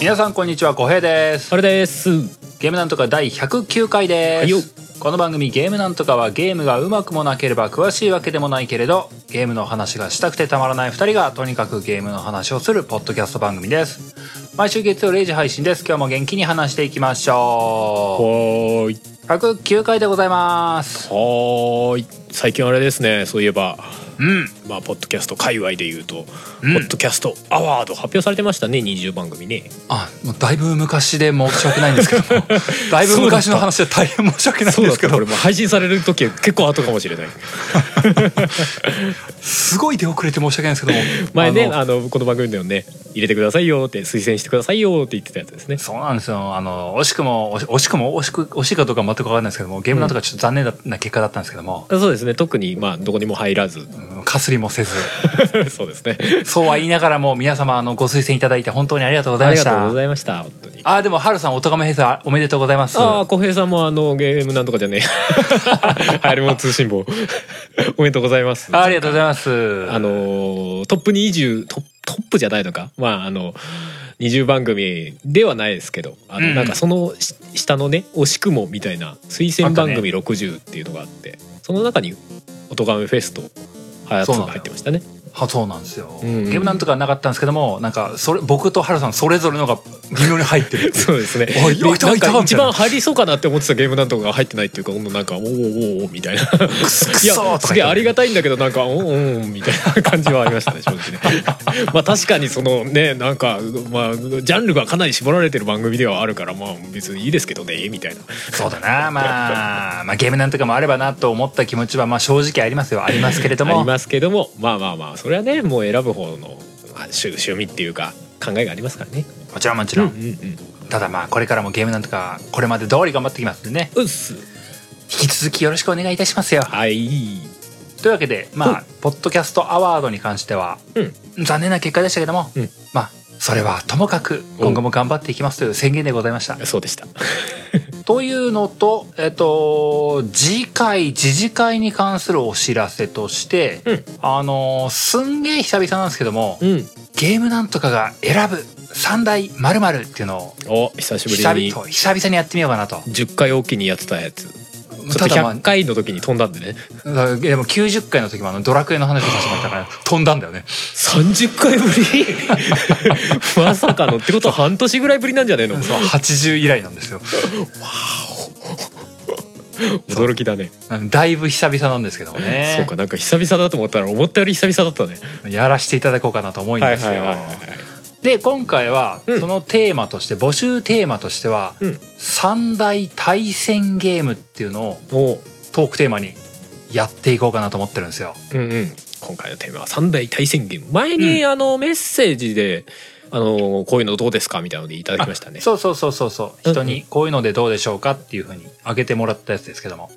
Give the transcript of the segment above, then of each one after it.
皆さんこんにちは、こへいです。あれです。ゲームなんとか第109回です、はいよこの番組ゲームなんとかはゲームがうまくもなければ詳しいわけでもないけれどゲームの話がしたくてたまらない2人がとにかくゲームの話をするポッドキャスト番組です毎週月曜0時配信です今日も元気に話していきましょはーい。う109回でございますはーい。最近あれですね。そういえば、うんまあポッドキャスト界隈で言うと、うんポッドキャストアワード発表されてましたね。20番組 ね。あもうだいぶ昔で申し訳ないんですけ どもだいぶ昔の話で大変申し訳ないんそうでだっすけた。どこれも配信される時は結構後かもしれない。すごい出遅れて申し訳ないんですけども 前ね、あのあのこの番組でもね、入れてくださいよって推薦してくださいよって言ってたやつですね。そうなんですよ。あの、惜しくも、惜し惜しくも、惜しく、惜しいかどうか全くわかんないですけども、ゲームなんとかちょっと残念だな結果だったんですけども、そうですね。特にまあどこにも入 らず、うんかすりもせ ず、そうですね。そうは言いながらも、皆様、あの、ご推薦いただいて本当にありがとうございあまりしがとうたご。ざいました。本当に。あ、でも、はるさん、おとがめ閉鎖、おめでとうございます。ああ、小平さんもあのゲームなんとか じゃねえ。はやりもの通信簿。おめでとうございます。あありがとうございます。あ、のートップ20ト、トップじゃないのか。まあ、あの、20番組ではないですけど、あうんうの、んなんかそのし下のね、惜しくもみたいな推薦番組60っていうのがあって、その中に、おとがめフェスと、はやつそうながのよ入ってましたね。はそうなんですよ。うんゲームなんとかはなかったんですけども、なんか、それ、僕とはるさん、それぞれのが微妙に入って るっていう。そうですね。でおいなんいたいたみかた一いな番入りそうかなって思ってたゲームなんとかが入ってないっていうか、ほんとなんか、おーおーおーおーみたいな。くそくいやそーとか言ってすげえありがたいんだけどなんかうんうんみたいな感じはありましたね正直ね まあ確かにそのねなんかまあジャンルがかなり絞られてる番組ではあるからまあ別にいいですけどねみたいなそうだな、まあ、まあ、ゲームなんとかもあればなと思った気持ちは、まあ、正直ありますよ。ありますけれど あもり。ますけどもまあまあまあそれはねもう選ぶ方のまあ趣趣味っていうか考えがありますからねもちろんもちうんろ。うんんただまあこれからもゲームなんとかこれまで通り頑張ってきますんでねうっす引き続きよろしくお願いいたしますよはいというわけでまあ、ポッドキャストアワードに関しては、残念な結果でしたけども、うんまあそれはともかく今後も頑張っていきますという宣言でございましたそうでしたというのとえっと次回次次回に関するお知らせとして、うんあのーすんげえ久々なんですけども、うんゲームなんとかが選ぶ三大〇〇っていうのをお久しぶ久りに々久々にやってみようかなと。 10回おきにやってたやつちょっとただまあ100回の時に飛んだんでねだからでも90回の時もあのドラクエの話をさせてもらった から飛んだんだよね。 30回ぶり まさかのってことは半年ぐらいぶりなんじゃねえのそう80以来なんですよ。 驚きだね、うんだいぶ久々なんですけどもね。そうかなんか久々だと思ったら思ったより久々だったねやらせていただこうかなと思うんですよ。で今回はうんそのテーマとして、募集テーマとしては、うん三大対戦ゲームっていうのをおうトークテーマにやっていこうかなと思ってるんですよ。うんうん今回のテーマは三大対戦ゲーム前に、あのメッセージであのこういうのどうですかみたいなのでいただきましたねそそうそうそうそうそう。人にこういうのでどうでしょうかっていうふうに挙げてもらったやつですけども。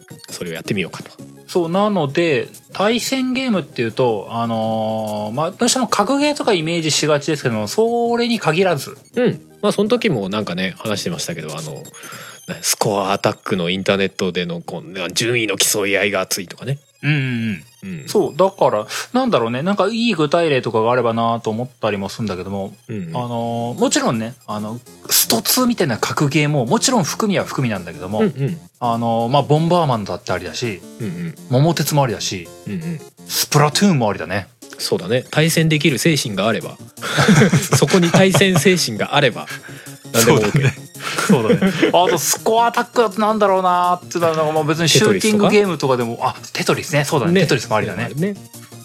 れをやってみようかとそう、なので、対戦ゲームっていうと、あのーまあ、どうしても格ゲーとかイメージしがちですけども、それに限らず、うんまあその時もなんかね話してましたけどあのスコアアタックのインターネットでのこう順位の競い合いが熱いとかね、うんうんうんうん。、そう、だから、なんだろうね、なんかいい具体例とかがあればなと思ったりもするんだけども、うあん、のーもちろんね、あの、スト2みたいな格ゲーも、もちろん含みは含みなんだけども、うんうんあのーまあ、ボンバーマンだってありだし、うんうん桃鉄もありだし、うんうんスプラトゥーンもありだね。そうだね対戦できる精神があれ ばそこに対戦精神があれば何でも OK そうだねそうだね。 あと、スコアアタックだとなんだろうなーってなのが、もう別にシューティングゲームとかでも、あ、テトリスね。そうだね。テトリスもありだね。ね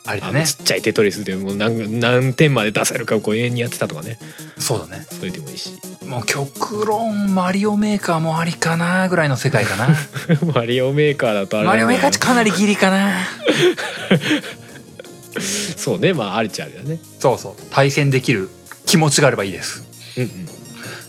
ありだあねの。ちっちゃいテトリスでもう何何点まで出せるかをこう永遠にやってたとかねそうだね。それでもいいし もう極論、マリオメーカーもありかなぐらいの世界 かな。マリオメーカーだとあれだマねリオメーカーちかなりギリかな。そうねまああるっちゃあれだねそうそう。対戦できる気持ちがあればいいです。うんうん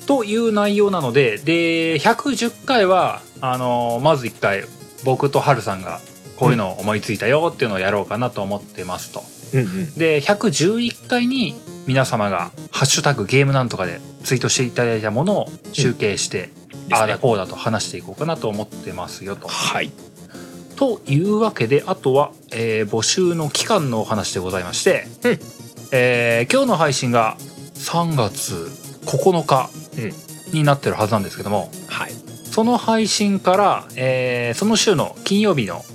という内容なので、で、110回は、あのーまず1回、僕とハルさんが、こういうのを思いついたよっていうのをやろうかなと思ってますと。うんうんで111回に皆様が「ハッシュタグゲームなんとか」でツイートしていただいたものを集計して、ああだこうだと話していこうかなと思ってますよと。はいというわけであとは、えー募集の期間のお話でございまして、うんえー今日の配信が3月9日うんになってるはずなんですけどもはいその配信から、えーその週の金曜日の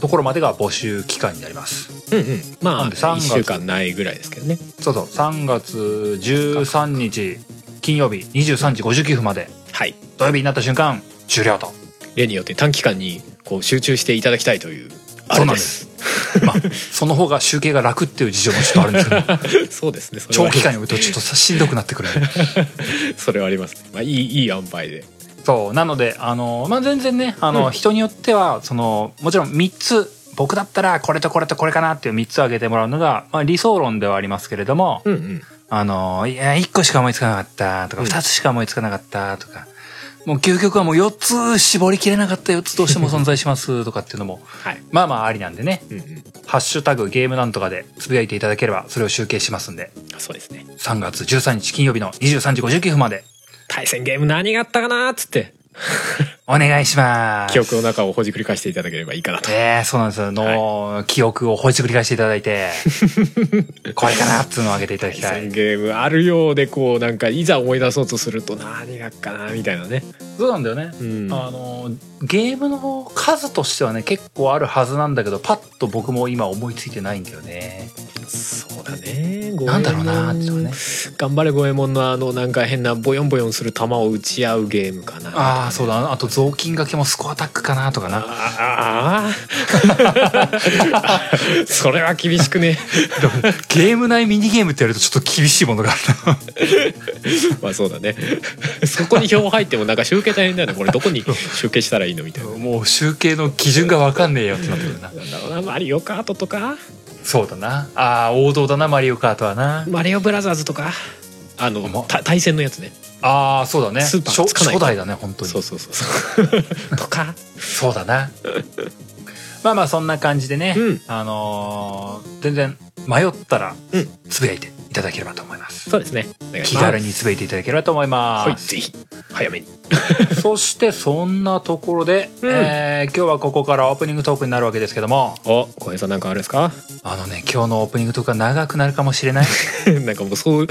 ところまでが募集期間になります。うんうんまなんあで3 1月週間ないぐらいですけどねそうそう3月13日金曜日23時59分まではい土曜日になった瞬間終了 と。例によって短期間にこう集中していただきたいというそうなんです。まあ、その方が集計が楽っていう事情もちょっとあるんですけど、あれです そうですねそれ長は期間におるとちょっとさしんどくなってくる。 それはありますね、まあ、いいいい塩梅でそう、なので、あの、まあ、全然ね、あの、うん人によっては、その、もちろん3つ、僕だったらこれとこれとこれかなっていう3つ挙げてもらうのが、まあ、理想論ではありますけれども、うんうんあの、いや、1個しか思いつかなかったとか、うん2つしか思いつかなかったとか、もう究極はもう4つ絞りきれなかった4つどう しても存在しますとかっていうのも、はいまあまあありなんでね、うんうんハッシュタグゲームなんとかでつぶやいていただければそれを集計しますんで、そうですね3月13日金曜日の23時59分まで対戦ゲーム何があったかなーっつってお願いします。記憶の中をほじくり返していただければいいかなとねえ、そうなんですよ。の、記憶をほじくり返していただい て、これかなっていうのを上げていただきたい。ゲームあるようでこうなんかいざ思い出そうとすると何がっかなみたいなね、そうなんだよね。うん、あの、ゲームの数としてはね、結構あるはずなんだけど、パッと僕も今思いついてないんだよね。そうだねなんだろうなっていうのはね。頑張れ五右衛門のあのなんか変なボヨンボヨンする球を打ち合うゲームかなああ、そうだ。あと、雑巾掛けもスコアタックかなとかな。 ああそれは厳しくねゲーム内ミニゲームってやるとちょっと厳しいものがあるな。まあそうだね そこに票入ってもなんか集計大変だよねこれどこに集計したらいいのみ たいなもう集計の基準がわかんねえよってなってくるな。なんだろうなマリオカートとかそうだな。ああ、王道だな、マリオカートはな。マリオブラザーズとかあのまた対戦のやつねああ、そうだね。スーパーつかない初初代だね、本当にそ。うそうそうそうとかそうだな。まあまあそんな感じでね、うんあのー全然迷ったらうんつぶやいていただければと思います。そうですねお願いし気ます軽につぶやいていただければと思いはいます。ぜひ早めにそしてそんなところで、うんえー今日はここからオープニングトークになるわけですけども、お小平さんなんかあれですかあのね、今日のオープニングトークが長くなるかもしれない。 なんかもうそうも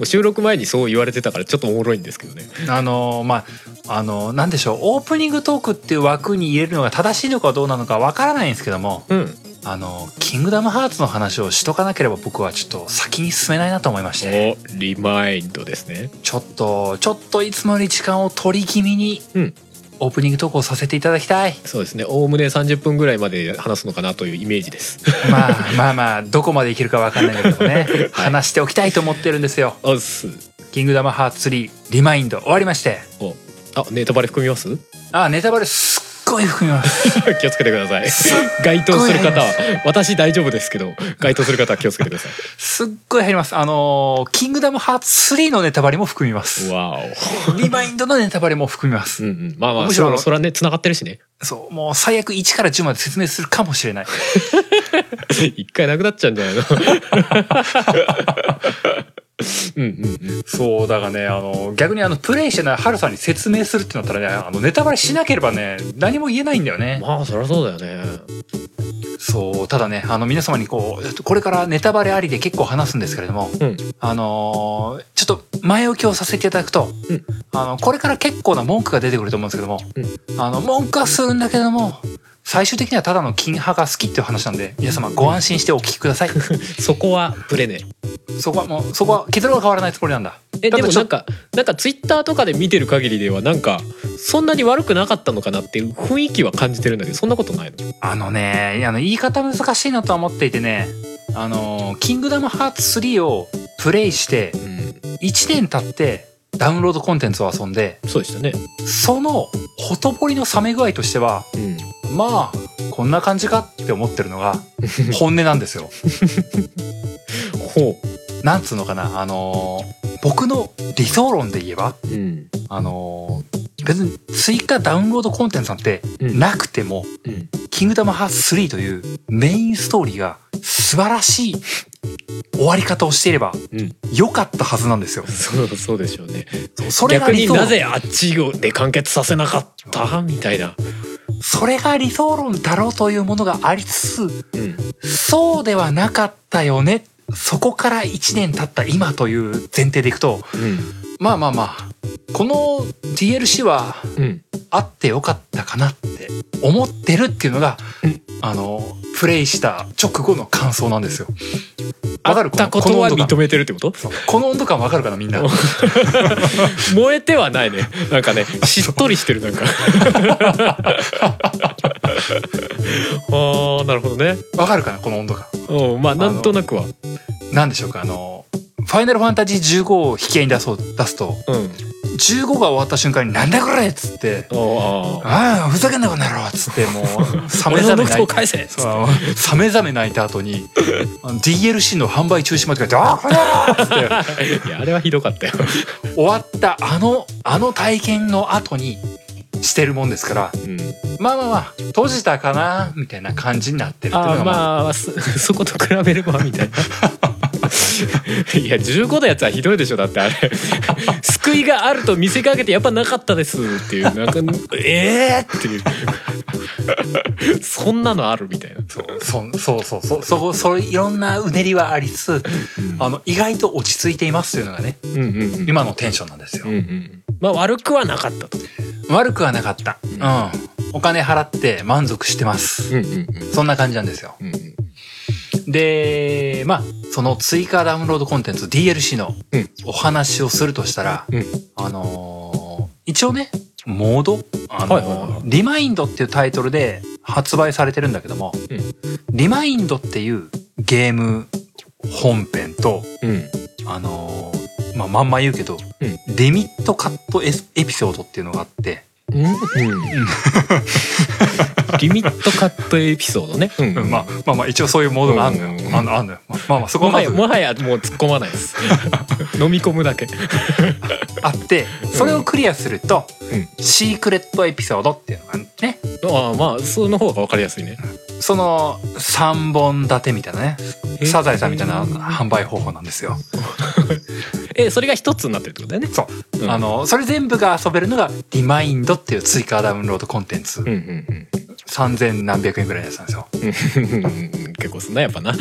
う収録前にそう言われてたからちょっとおもろいんですけどねあのーまあ、あのーなんでしょう、オープニングトークっていう枠に入れるのが正しいのかどうなのかわからないんですけども、うんあのーキングダムハーツの話をしとかなければ僕はちょっと先に進めないなと思いまして。おリマインドですねちょっと、ちょっといつもより時間を取り気味に、うんオープニング投稿させていただきたい。そうですねおおむね30分ぐらいまで話すのかなというイメージですまあまあまあ、どこまでいけるかわかんないけどもね、はい話しておきたいと思ってるんですよ。 おっすキングダムハーツ3リマインド終わりまして。おあネタバレ含みます あ、ネタバレすっごい含みます。気をつけてくださいすっ該当する方は私大丈夫ですけど該当する方は気をつけてくださいすっごい入ります。あのーキングダムハーツ3のネタバレも含みます。 わおリマインドのネタバレも含みまうす。んうん、まあまあむしろそそれはね繋がってるしね そう、もう最悪1から10まで説明するかもしれない。一回なくなっちゃうんじゃないの うんうんうんそうだがねあの逆にあのプレイしてないハルさんに説明するってなったらねあのネタバレしなければね何も言えないんだよねまあそりゃそうだよねそうただねあの皆様にこうこれからネタバレありで結構話すんですけれどもうんあのーちょっと前置きをさせていただくと、うんあのこれから結構な文句が出てくると思うんですけども、あの文句はするんだけども最終的にはただの金派が好きっていう話なんで皆様ご安心してお聞きくださいそこはブレねそこはもうそこは結論は変わらないつもりなんだえただでもちょなんかなんかツイッターとかで見てる限りではなんかそんなに悪くなかったのかなっていう雰囲気は感じてるんだけどそんなことないのあのね、あの言い方難しいなとは思っていてね、あの、キングダムハーツ3をプレイしてうん1年経ってダウンロードコンテンツを遊んで、そうでしたねそのほとぼりの冷め具合としては、うんまあ、こんな感じかって思ってるの が本音なんですよ。ほなんつうのかな、あの、僕の理想論で言えば、ううんあの、別に追加ダウンロードコンテンツなんてうんなくても、うんキングダムハーツ3というメインストーリーが素晴らしい終わり方をしていればうん、良かったはずなんですよ。そうそうでしょう ねそれが逆理に想なぜあっちで完結させなかったみたいな、それが理想論だろうというものがありつつ、うん、そうではなかったよね。そこから1年経った今という前提でいくと、うまあまあまあ、この DLC はんうんあってよかったかなって思ってるっていうのが、うんあの、プレイした直後の感想なんですよ。わかるあったことはこの温度認感めてるってことそうこの温度感わかるかなみんな。燃えてはないねな んかねしっとりしてるなんかああなるほどねわかるかなこの温度感。うんまあなんとなくはなんでしょうかあの、ファイナルファンタジー15を引き合いに出そう、出すと、うん15が終わった瞬間になんだこれっつって、ああああ、ふざけんなこの野郎っつって、もう、サメ俺のザメ毒泣素いを返せそうあのサメザメ泣いた後に、あの DLC の販売中止まで書いて、ああ、これ野郎っつっ いやあれはひどかったよ、て、終わったあの、あの体験の後に、してるもんですから、うん、まあまあまあ、閉じたかな、みたいな感じになってるっていうのあが、あまあ、まあそ そこと比べればみたいな いや15のやつはひどいでしょだってあれ 救いがあると見せかけてやっぱなかったですっていうなんか ええー、っていうそんなのあるみたいなそうそうそうそう、そこ、そういろんなうねりはありつつ、あの、意外と落ち着いていますというのがね、うんうんうん今のテンションなんですよ。うんうん、まあ悪くはなかったと。悪くはなかった。んうん。お金払って満足してます。うんうんうんそんな感じなんですよ。うんうんで、まあ、その追加ダウンロードコンテンツ DLC のうんお話をするとしたら、うんあのー一応ね、モードあのーはいはいはいリマインドっていうタイトルで発売されてるんだけども、うんリマインドっていうゲーム本編と、うんあのーまあ、まんま言うけど、うんリミットカットエスエピソードっていうのがあって、うんリミットカットエピソードね。うんまあまあまあ一応そういうモードがあるのよ。うんあんのあんのよ。まあまあまあそこもはまはやずもはやもう突っ込まない です。飲み込むだけ。あって、それをクリアすると、シークレットエピソードっていうのがね、ああまあその方がわかりやすいね。その3本立てみたいなね、えサザエさんみたいな販売方法なんですよ。えそれが一つになってるってことだよね。そうう。んあの、それ全部が遊べるのが、リマインドっていう追加ダウンロードコンテンツう、んうん3000何百円くらいのやつなんですよ。うん。結構すんなやっぱな。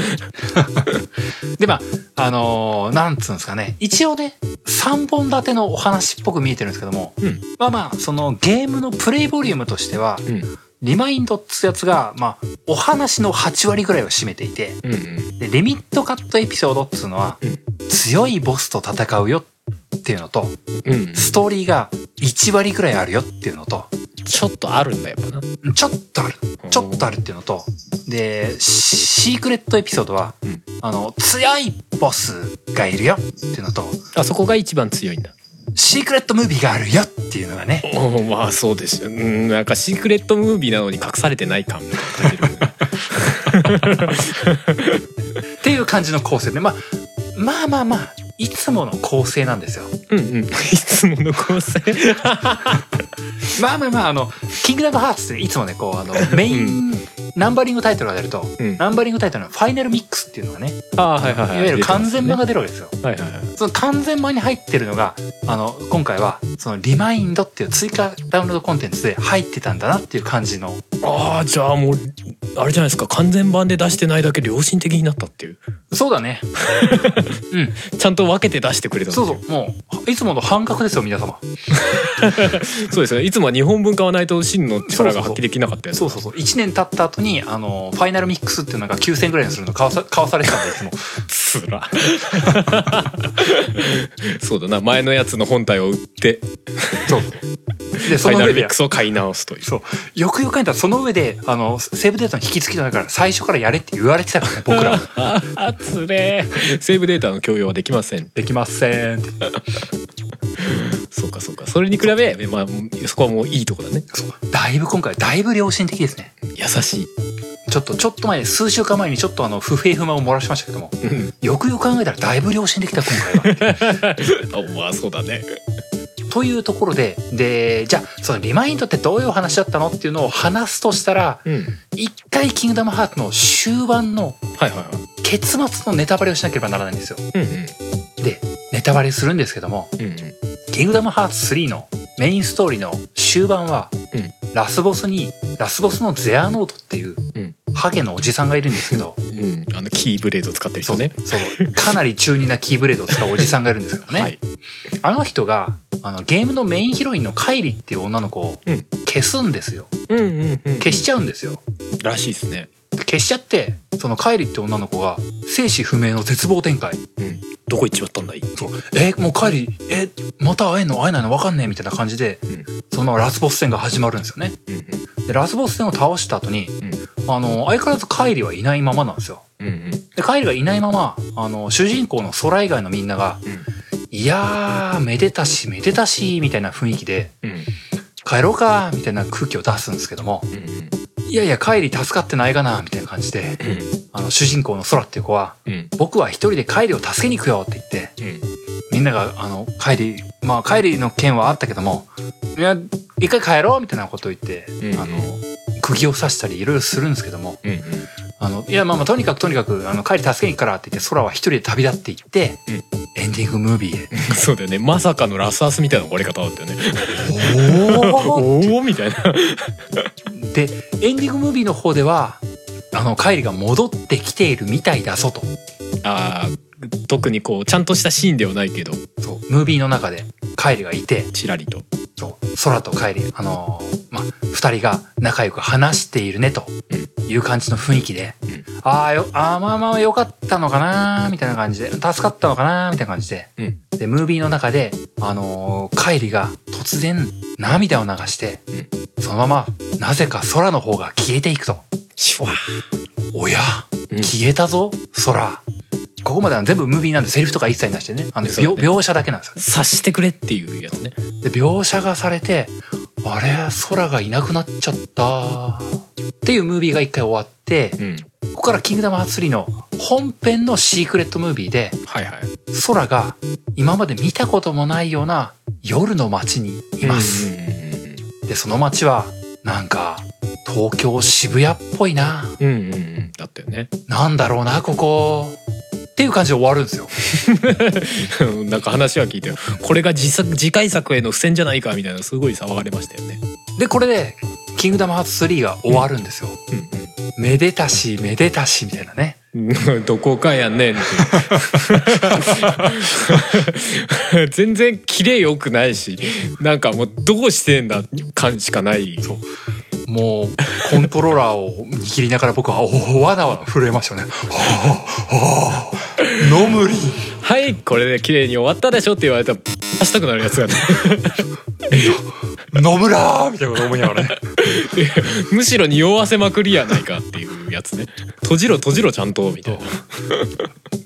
で、まあ、あのーなんつうんですかね、一応ね、3本立てのお話っぽく見えてるんですけども、うんまあまあ、そのゲームのプレイボリュームとしては、うんリマインドっつうやつが、まあ、お話の8割ぐらいを占めていて、うんうんで、リミットカットエピソードっつうのは、う強いボスと戦うよっていうのと、うん。ストーリーが1割ぐらいあるよっていうのと、ちょっとあるんだやっぱな。ちょっとある、ちょっとあるっていうのと、で、シシークレットエピソードは、うんあの、強いボスがいるよっていうのと、あそこが一番強いんだ。シークレットムービーがあるよっていうのがね、おーまあそうですようんなんかシークレットムービーなのに隠されてない感みた いな感じるっていう感じの構成で、まあ、まあまあまあ、いつもの構成なんですよ。うんうんいつもの構成まあまあまあ、あの、キングダムハーツっていつもね、こう、 あの、メイン、ナンバリングタイトルが出ると、うんナンバリングタイトルのファイナルミックスっていうのがね、ああはいはいはいいわゆる完全版はが出るわけですよ。いはいはいその完全版に入ってるのが、あの、今回は、そのリマインドっていう追加ダウンロードコンテンツで入ってたんだなっていう感じの、ああじゃあもうあれじゃないですか完全版で出してないだけ良心的になったっていうそうだね。うん。ちゃんと分けて出してくれたそうそそう。もう、いつもの半角ですよ、皆様。うそうですねいつもは日本文化はないと真の力が発揮できなかったやつそうそうそう。1年経った後に、あの、ファイナルミックスっていうのが9000ぐらいにするの買わさ買わされてたんで、いつも。つら そうだな前のやつの本体を売ってそう。で、フそァイのナ上ルミッでク、スを買い直すというそう。よくよく考えたら、その上で、あの、セーブデータの引き付きだから、最初からやれって言われてたからね、 僕ら。ああつれーセーブデータの共有はできませんできませんって。そうかそうかそれに比べ、まあ、そこはもういいとこだねだいぶ今回、だいぶ良心的ですね。優しい、ちょっと、ちょっと前、数週間前にちょっとあの、不平不満を漏らしましたけども、よくよく考えたら、だいぶ良心的だ、今 回は。あまあそうだねというところで、で、じゃあ、そのリマインドってどういうお話だったのっていうのを話すとしたら、うん一回、キングダムハーツの終盤のはいはいはい決結末のネタバレをしなければならないんですようんうんでネタバレするんですけどもうん「キングダムハーツ3」のメインストーリーの終盤は、うんラスボスにラスボスのゼアノートっていう、うんハゲのおじさんがいるんですけどうんうんあのキーブレード使ってる人ねそうかなり中二なキーブレードを使うおじさんがいるんですけどね、はいあの人があのゲームのメインヒロインのカイリっていう女の子をうん消すんですようんうんうん消しちゃうんですよらしいですね消しちゃってそのカイリって女の子が生死不明の絶望展開うんどこ行っちまったんだいそうえもうカイリえまた会えんの会えないの分かんねえみたいな感じで、んそのラスボス戦が始まるんですよねうんでラスボス戦を倒した後にあの相変わらずカイリはいないままなんですようんうんでカイリがいないままあの主人公の空以外のみんなが「いやーめでたしめでたし」みたいな雰囲気でうんうん「帰ろうか」みたいな空気を出すんですけども「いやいやカイリ助かってないかな」みたいな感じであの主人公の空っていう子はうん「僕は一人でカイリを助けに行くよ」って言ってうんみんなが、あの、帰り、まあ、帰りの件はあったけども、いや、一回帰ろうみたいなことを言って、うんあの、釘を刺したりいろいろするんですけども、うんうんあの、いや、まあまあ、とにかくとにかく、あの、帰り助けに行くからって言って、空は一人で旅立って行って、エンディングムービーへ。そうだよねまさかのラスアスみたいな終わり方だったよねおおおみたいなー で、エンディングムービーの方では、あの、帰りが戻ってきているみたいだぞと。あー特にこうちゃんとしたシーンではないけどそう、ムービーの中で、帰りがいて、ちらりとそう空と帰りあのーまあ2人が仲良く話しているねという感じの雰囲気で、んああよあーまあまあよかったのかなーみたいな感じで助かったのかなーみたいな感じでうんでムービーの中であのー、帰りが突然涙を流して、そのままなぜか空の方が消えていくとシュワおやうん消えたぞ空ここまでは全部ムービーなんでセリフとか一切なしでねあのそうだ描ね描写だけなんですよ察してくれっていうやつねで描写がされてあれ空がいなくなっちゃったっていうムービーが一回終わってうんここから「キングダムハーツ3」の本編のシークレットムービーではいはい空が今まで見たこともないような夜の街にいます、でその街はなんか東京渋谷っぽいなうんうんうんうんうんうんだったよね なんだろうなここっていう感じで終わるんですよなんか話は聞いてよこれが次作次回作への付箋じゃないかみたいなすごい騒がれましたよねでこれで「キングダムハーツ3」が終わるんですよ、めでたしめでたしみたいなねうん どこかやねんっていう 全然キレよくないしなんかもうどうしてんだ感しかないそうもうコントローラーを握りながら僕はおわなわな震えましたよね。はあはあ、ノムリンはいこれで綺麗に終わったでしょって言われたら出したくなるやつ がね野村みたいなこと思いながらね。むしろ匂わせまくりやないかっていうやつね閉じろ閉じろちゃんとみたいな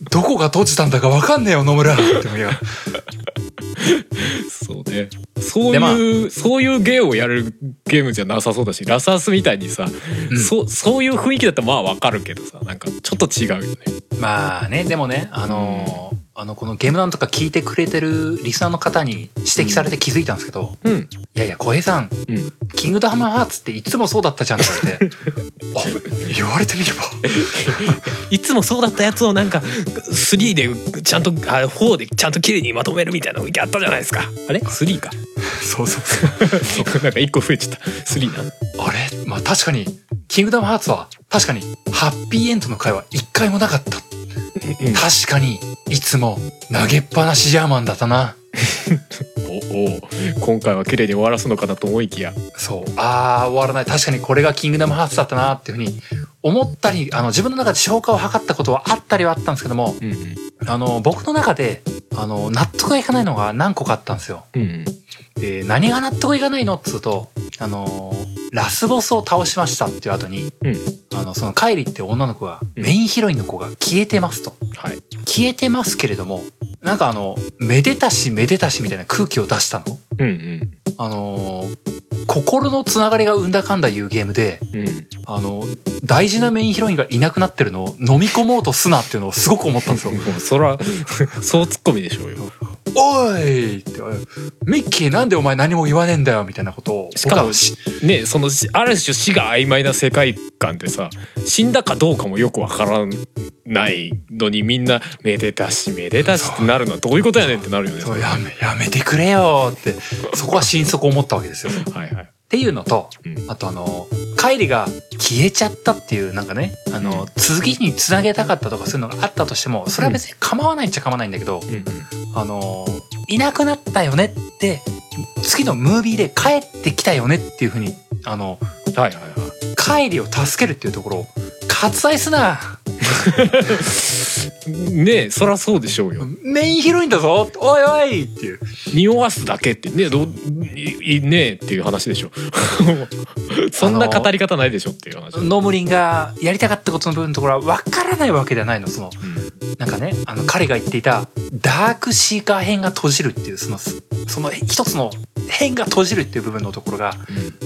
どこが閉じたんだかわかんねえよ野村って思いながらそうねそういでう、まあそういう芸をやるゲームじゃなさそうだしラサースみたいにさ、んそそういう雰囲気だったらまあわかるけどさなんかちょっと違うよねまあねでもねあのーあのこのゲームなんとか聞いてくれてるリスナーの方に指摘されて気づいたんですけど、うんいやいや小平さんうん「キングダムハーツ」っていつもそうだったじゃんって言われて あ言われてみればいつもそうだったやつをなんか3でちゃんとあ4でちゃんと綺麗にまとめるみたいなのやったじゃないですかあれ ?3 かそうそうなんか1個増えちゃった3なあれまあ確かに、キングダムハーツは確かにハッピーエンドの回は一回もなかった。確かに、いつも投げっぱなしジャーマンだったな。おお今回は綺麗に終わらすのかなと思いきやそう。あー、終わらない。確かにこれがキングダムハーツだったなっていうふうに思ったり、あの、自分の中で消化を図ったことはあったりはあったんですけども、うんあの、僕の中で、あの、納得がいかないのが何個かあったんですよ。うんうんで、何が納得いかないのっつうと、あの、ラスボスを倒しましたっていう後に、うんあの、そのカイリって女の子が、うんメインヒロインの子が消えてますと。はい消えてますけれども、なんかあの、めでたしめでたしみたいな空気を出したの。うんうんあのー心のつながりが生んだかんだいうゲームで、うんあの、大事なメインヒロインがいなくなってる のを飲み込もうとすなっていうのをすごく思ったんですよ。もうそらそうツッコミでしょうよ「おい!」って「ミッキーなんでお前何も言わねえんだよ」みたいなことをしかも僕はしねそのある種死が曖昧な世界観でさ死んだかどうかもよくわからないのにみんな「めでたしめでたし」ってなるのはどういうことやねんってなるよね。そうやめやめてくれよってそこは心底思ったわけですよ。っはいはいていうのとうんあとあのカイリが消えちゃったっていうなんかねあの次につなげたかったとかそういうのがあったとしてもそれは別に構わないっちゃ構わないんだけど、うんあのいなくなったよねって次のムービーで帰ってきたよねっていうふうにあのうんはいはいは。カイリを助けるっていうところを割愛すないねえそらそうでしょうよ。メインヒロインだぞおいおいっていう匂わすだけってねどういいねえっていう話でしょ そんな語り方ないでしょっていう話、うんノムリンがやりたかったことの部分のところは分からないわけではないのそのなんかねあの彼が言っていたダークシーカー編が閉じるっていうそのその一つの編が閉じるっていう部分のところが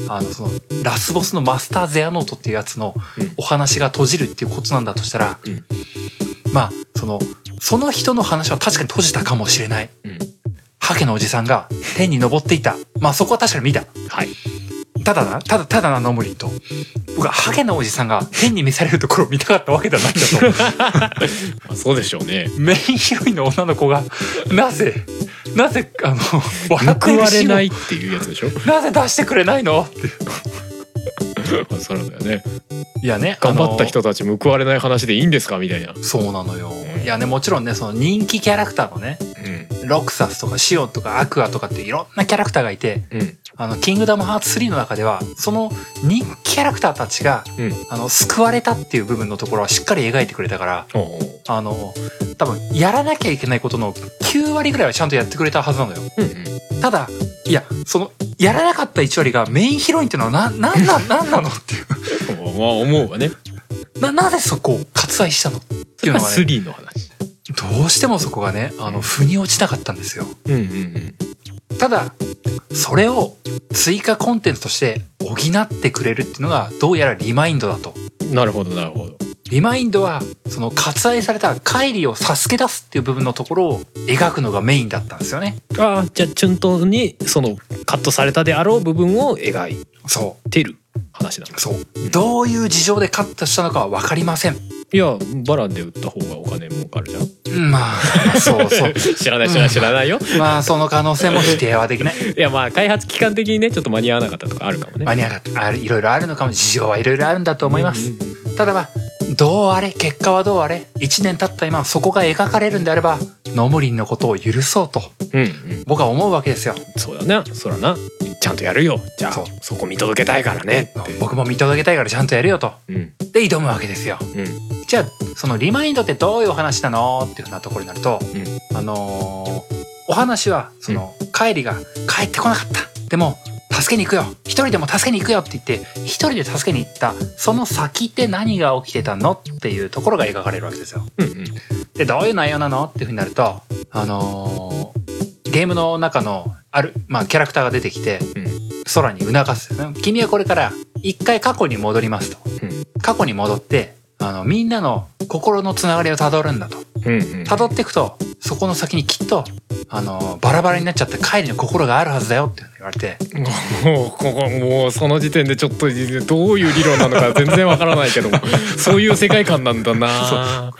あのそのラスボスのマスター・ゼアノートっていうやつのうんお話が閉じるっていうことなんだとしたら、うんまあそのその人の話は確かに閉じたかもしれないハケのおじさんが天に登っていたまあそこは確かに見たはいただなただただなノムリンと僕はハゲのおじさんが天に召されるところを見たかったわけじゃないんだとまあそうでしょうねメインヒロインの女の子がなぜなぜあの笑って報いるわシれーンをないっていうやつでしょなぜ出してくれないのってまあそうだよねいやね頑張ったあ人たち報われない話でいいんですかみたいな、のそうなのよいやねもちろんねその人気キャラクターのねロクサスとかシオンとかアクアとかっていろんなキャラクターがいてうんうんあのキングダムハーツ3の中ではその人気キャラクターたちが、うんあの救われたっていう部分のところはしっかり描いてくれたからおうあの多分やらなきゃいけないことの9割ぐらいはちゃんとやってくれたはずなのようんただいやそのやらなかった1割がメインヒロインっていうのはななんななんなのっていうんまあ思うわねうななぜそこを割愛したのっていうのがね3の話どうしてもそこがねあの腑に落ちなかったんですようんうんうんただそれを追加コンテンツとして補ってくれるっていうのがどうやらリマインドだとなるほどなるほどリマインドはその割愛されたカイリを助け出すっていう部分のところを描くのがメインだったんですよねああじゃあチュントンにそのカットされたであろう部分を描いそうてる話なんですそうどういう事情でカットしたのかは分かりませんいやバランで売った方がお金儲かるじゃんうんまあそうそう 知らない知らない知らないよまあその可能性も否定はできないいやまあ開発期間的にねちょっと間に合わなかったとかあるかもね間に合わなかったあるいろいろあるのかも事情はいろいろあるんだと思いますうんうんただまあどうあれ結果はどうあれ1年経った今そこが描かれるんであればノムリンのことを許そうとうんうん僕は思うわけですよそうだなそらなちゃんとやるよじゃあそうそこ見届けたいからねって僕も見届けたいからちゃんとやるよとうんで挑むわけですようんじゃあそのリマインドってどういうお話なのっていうふうなところになると、うあのーお話はその、帰りが帰ってこなかったでも助けに行くよ一人でも助けに行くよって言って一人で助けに行ったその先って何が起きてたのっていうところが描かれるわけですよ。うんうんでどういう内容なのっていうふうになるとあのーゲームの中のある、まあ、キャラクターが出てきて、うん空に促すんですね君はこれから一回過去に戻りますと。過去に戻ってあのみんなの心のつながりをたどるんだとうんうんたどっていくとそこの先にきっとあのバラバラになっちゃった帰りの心があるはずだよって言われてもうここもうその時点でちょっとどういう理論なのか全然わからないけども そういう世界観なんだな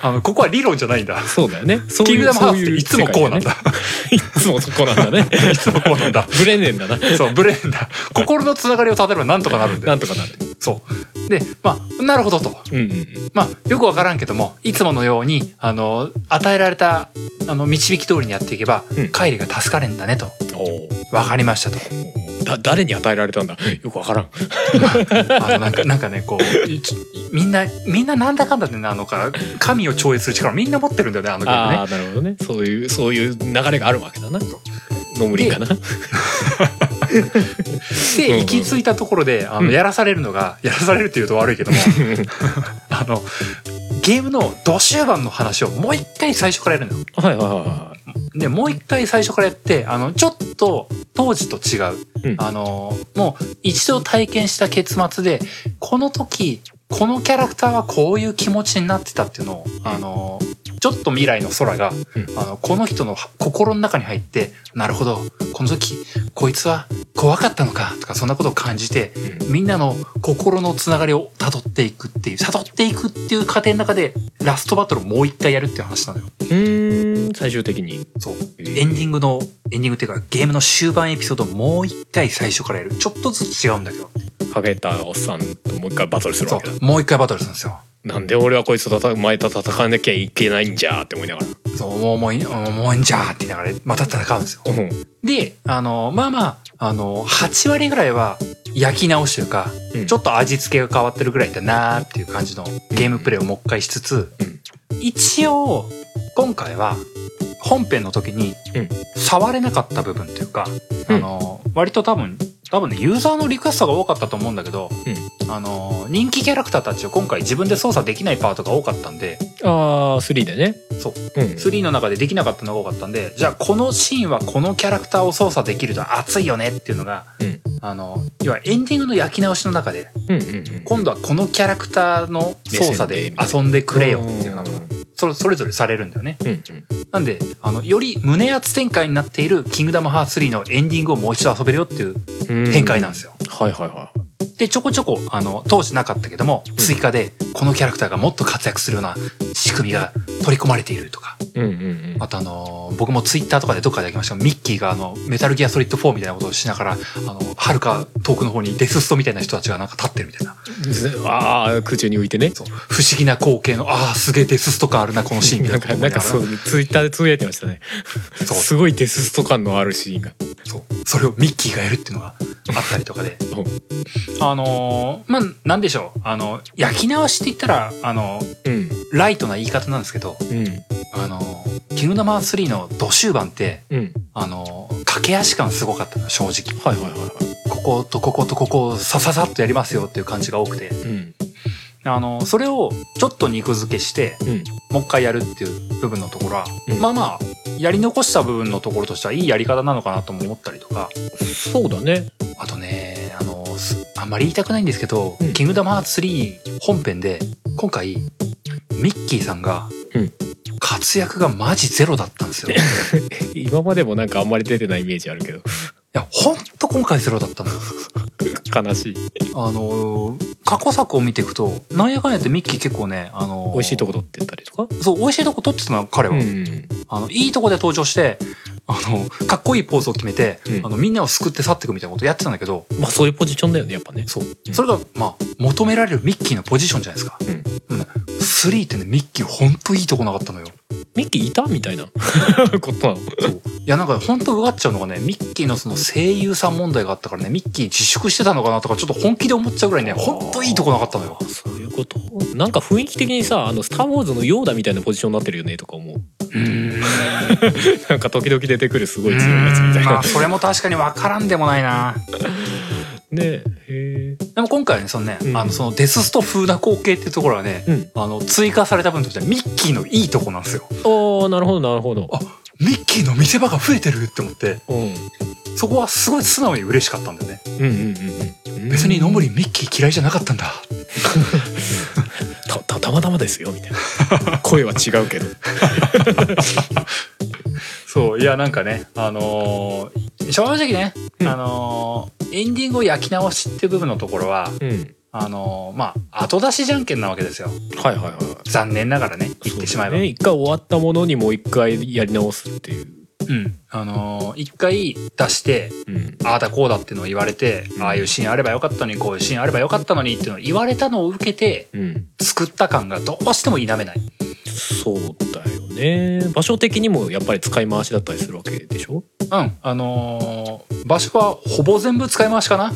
あのここは理論じゃないんだそうだよねそうキいングうダムハそうーツっていういつもこうなんだ世界ね いつもこうなんだねいつ もこうなんだブレねえんだなそうブレーンだ心のつながりをたどればなんとかなるんだなよんとかなるそうでまあなるほどとうんうんまあよくわからんけどもいつものようにあの与えられたあの導き通りにやっていけば、うん帰りが助かれんだねとおう分かりましたとだ誰に与えられたんだよくわからんあのなんかなんかねこういちみんなみんななんだかんだでねあのか神を超越する力みんな持ってるんだよねあの曲あねあなるほどねそういうそういう流れがあるわけだなノムリンかなうんうでん行き着いたところであうのんやらされるのが、やらされるっていうと悪い けどもあのゲームのど終盤の話をもう一回最初からやるのよはいはいはでもう一回最初からやってあのちょっと当時と違う、うんあのもう一度体験した結末でこの時このキャラクターはこういう気持ちになってたっていうのをあのちょっと未来の空が、うんあのこの人の心の中に入ってなるほどこの時こいつは怖かったのかとかそんなことを感じてみんなの心のつながりを辿っていくっていう辿っていくっていう過程の中でラストバトルをもう一回やるっていう話なのよ。うん最終的にそうエンディングのエンディングっていうかゲームの終盤エピソードをもう一回最初からやるちょっとずつ違うんだけどかけたおっさんともう一回バトルするそわけだうもう一回バトルするんですよ。なんで俺はこいつと戦前と戦わなきゃいけないんじゃーって思いながらそうもうもういもういいんじゃーって言いながらまた戦うんですよ。うんで、あの、まあまあ、あの、8割ぐらいは焼き直しというか、うんちょっと味付けが変わってるぐらいだなーっていう感じのゲームプレイをもう一回しつつ、一応、今回は本編の時にうん触れなかった部分というか、うんあの、割と多分、多分ね、ユーザーのリクエストが多かったと思うんだけど、あの、人気キャラクターたちを今回自分で操作できないパートが多かったんで、ああ3でねそううん3の中でできなかったのが多かったんでじゃあこのシーンはこのキャラクターを操作できると熱いよねっていうのが、うんあの要はエンディングの焼き直しの中でうんうんうん今度はこのキャラクターの操作で遊んでくれよっていうのがそれそれぞれされるんだよねうんうんなんであのより胸熱展開になっている「キングダムハーツ3」のエンディングをもう一度遊べるよっていううん展開なんですよ、はいはいはでちょこちょこあの当時なかったけども追加でこのキャラクターがもっと活躍するような仕組みが取り込まれているとかいうんうんうんあとあのー僕もツイッターとかでどっかでやきましたけどミッキーがあの、メタルギアソリッド4みたいなことをしながら、あの、遥か遠くの方にデスストみたいな人たちがなんか立ってるみたいな、 ああ空中に浮いてねそう、不思議な光景の、ああ、すげえデススト感あるな、このシーンみたないんなこと か思ないがんからそうツイッターでつぶやいてましたねそうすごいデススト感のあるシーンがそう、それをミッキーがやるっていうのがあったりとかでうん、あのーまあ、なんでしょう、あの、焼き直しって言ったら、あの、うんライトな言い方なんですけど、うんあのーキングダムハーツ3の土終盤って、うんあのー駆け足感すごかったの、正直。はいはいはいはこことこことここをさささっとやりますよっていう感じが多くていうんあのそれをちょっと肉付けしてうんもう一回やるっていう部分のところは、うんまあまあやり残した部分のところとしてはいいやり方なのかなとも思ったりとかそうだねあとねあのすあんまり言いたくないんですけど「うんキングダムハーツ3」本編で今回ミッキーさんがうん活躍がマジゼロだったんですよ。い今までもなんかあんまり出てないイメージあるけどやほんと今回ゼロだったのよ悲しいあの過去作を見ていくとなんやかんやってミッキー結構ねあの美味しいとこ取ってったりとかそう、美味しいとこ撮ってたの、彼は。んあの、いいとこで登場して、あの、かっこいいポーズを決めて、うんあの、みんなを救って去っていくみたいなことやってたんだけど、まあそういうポジションだよねやっぱねそうう。んそれが、まあ、求められるミッキーのポジションじゃないですか。うん。3ってね、ミッキーほんといいとこなかったのよ。ミッキーいたみたいな ことなのそう。いや、なんかほんとうがっちゃうのがね、ミッキーのその声優さん問題があったからね、ミッキー自粛してたのかなとか、ちょっと本気で思っちゃうぐらいね、ほんといいとこなかったのよあ。そういうことなんか雰囲気的にさ「あのスター・ウォーズ」のヨーダみたいなポジションになってるよねとか思ううーん。なんか時々出てくるすごうい強いやつみーたんいまなあ、それも確かにわからんでもないな。ねえへえでも今回はね、そのね、うんあの、そのデススト風な光景っていうところはね、うんあの、追加された分としてはミッキーのいいとこなんですよ。おーなるほどなるほどあミッキーの見せ場が増えてるって思って、うんうんそこはすごい素直に嬉しかったんだよね。うんうんうん別にのんぼりミッキー嫌いじゃなかったんだ。たたたまたまですよみたいな声は違うけどそう、いや、なんかね、あのー正直ね、うんあのーエンディングを焼き直しっていう部分のところは、 うんあのーまあ、後出しじゃんけんなわけですよ。はいはいはい残念ながらね、言ってしまえば。そうね一回終わったものにもう一回やり直すっていううん。あのー一回出して、うんああだこうだっていうのを言われて、うんああいうシーンあればよかったのに、こういうシーンあればよかったのにっていうのを言われたのを受けて、うん作った感がどうしても否めない。そうだよね場所的にもやっぱり使い回しだったりするわけでしょうん。あのー場所はほぼ全部使い回しかな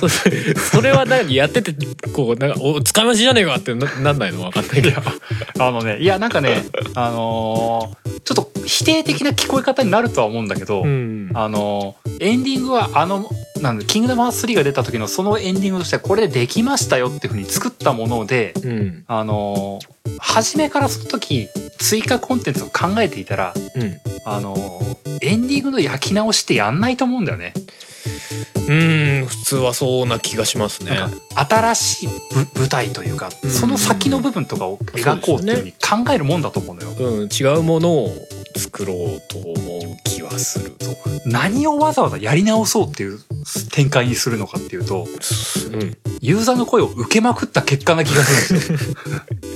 そ それは何やっててこうなんかお使い回しじゃねえかってななんないの分かんないけどあのね、いや、なんかね、あのーちょっと否定的な聞こえ方になるとは思うんだけど、うんあのーエンディングはあの、なんだ、キングダムハーツ3が出た時のそのエンディングとしてはこれでできましたよっていうふうに作ったもので、うんあのー初めからその時、追加コンテンツを考えていたら、うんあのエンディングの焼き直しってやんないと思うんだよね。うん普通はそうな気がしますねなんか新しいぶ舞台というか、うんその先の部分とかを描こうっていうふうに考えるもんだと思うのよ。うん違うものを作ろうと思う気はする何をわざわざやり直そうっていう展開にするのかっていうとうユーザーの声を受けまくった結果な気がするん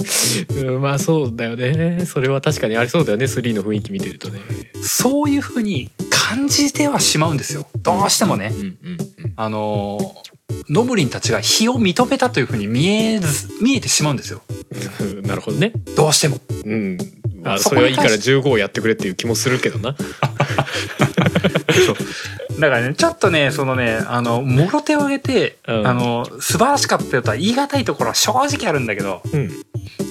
ですよ。ん、まあそうだよねそれは確かにありそうだよね3の雰囲気見てるとね そういうふうに感じてはしまうんですよ。どうしてもねうんうんうんあのーノブリンたちが非を認めたというふうに見えず見えてしまうんですよ。なるほどね。どうしても。うん。まああ、それはいいからそ15をやってくれっていう気もするけどな。だからねちょっとねそのねあのもろ手を挙げて、うんあの素晴らしかったよとは言い難いところは正直あるんだけどうん。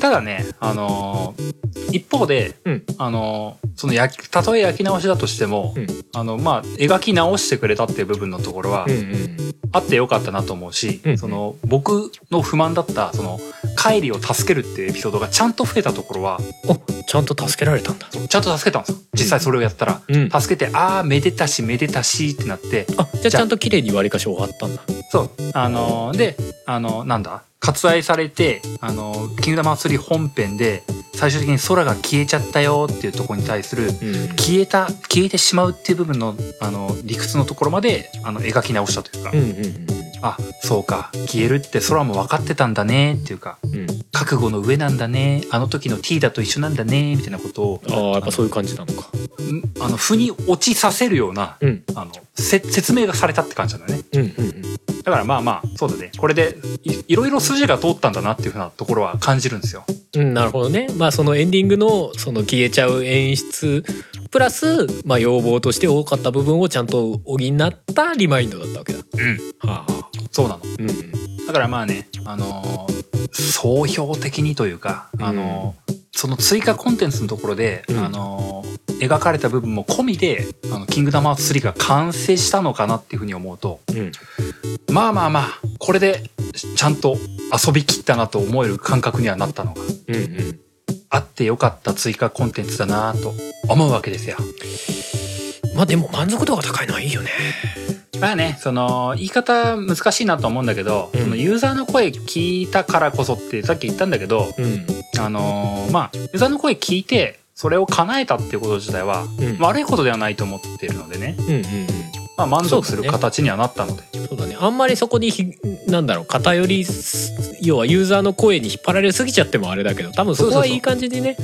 ただねあのー一方で、うんあのーその焼きたとえ焼き直しだとしても、うんあのまあ描き直してくれたっていう部分のところは、うんうん。あってよかったなと思うし、うんその僕の不満だったその帰りを助けるっていうエピソードがちゃんと増えたところはお、ちゃんと助けられたんだ。ちゃんと助けたんですよ実際それをやったら。うん。あ、助けてああめでたしめでたしってなってじゃあちゃんと綺麗に割りかし終わったんだ。そう。あのーで、あのーなんだ割愛されて、あのーキングダムハーツ3本編で、最終的に空が消えちゃったよっていうところに対する、うん。消えた、消えてしまうっていう部分の、あのー理屈のところまで、あの、描き直したというか、うんうんあ、そうか、消えるって空も分かってたんだねっていうか、うん。うん。覚悟の上なんだね、あの時のティーダと一緒なんだね、みたいなことを、ああ、やっぱそういう感じなのか。んあの、腑に落ちさせるような、うん。あの、せ説明がされたって感じなんだよね。うんうんうん。だからまあまあ、そうだね。これでい、いろいろ筋が通ったんだなっていうふうなところは感じるんですよ。うん、なるほど ね。まあそのエンディングのその消えちゃう演出プラス、まあ、要望として多かった部分をちゃんと補ったリマインドだったわけだ。うん。はあ。そうなの。うんうん。だからまあね、あのー総評的にというか、あのーその追加コンテンツのところで、うんあのー描かれた部分も込みで、あの、キングダムハーツ3が完成したのかなっていうふうに思うと、うん。まあまあまあ、これで、ちゃんと遊びきったなと思える感覚にはなったのが、うんうん。あってよかった追加コンテンツだなと思うわけですよ。まあでも満足度が高いのはいいよね。まあね、その、言い方難しいなと思うんだけど、うんそのユーザーの声聞いたからこそってさっき言ったんだけど、うん。あのーまあ、ユーザーの声聞いて、それを叶えたっていうこと自体は、うん悪いことではないと思ってるのでね、うんうんまあ満足すそうるだね形にはなったので。うん。そうだね。あんまりそこにひ、なんだろう、偏りす、要はユーザーの声に引っ張られすぎちゃってもあれだけど、多分そこそうそうはそういい感じにね、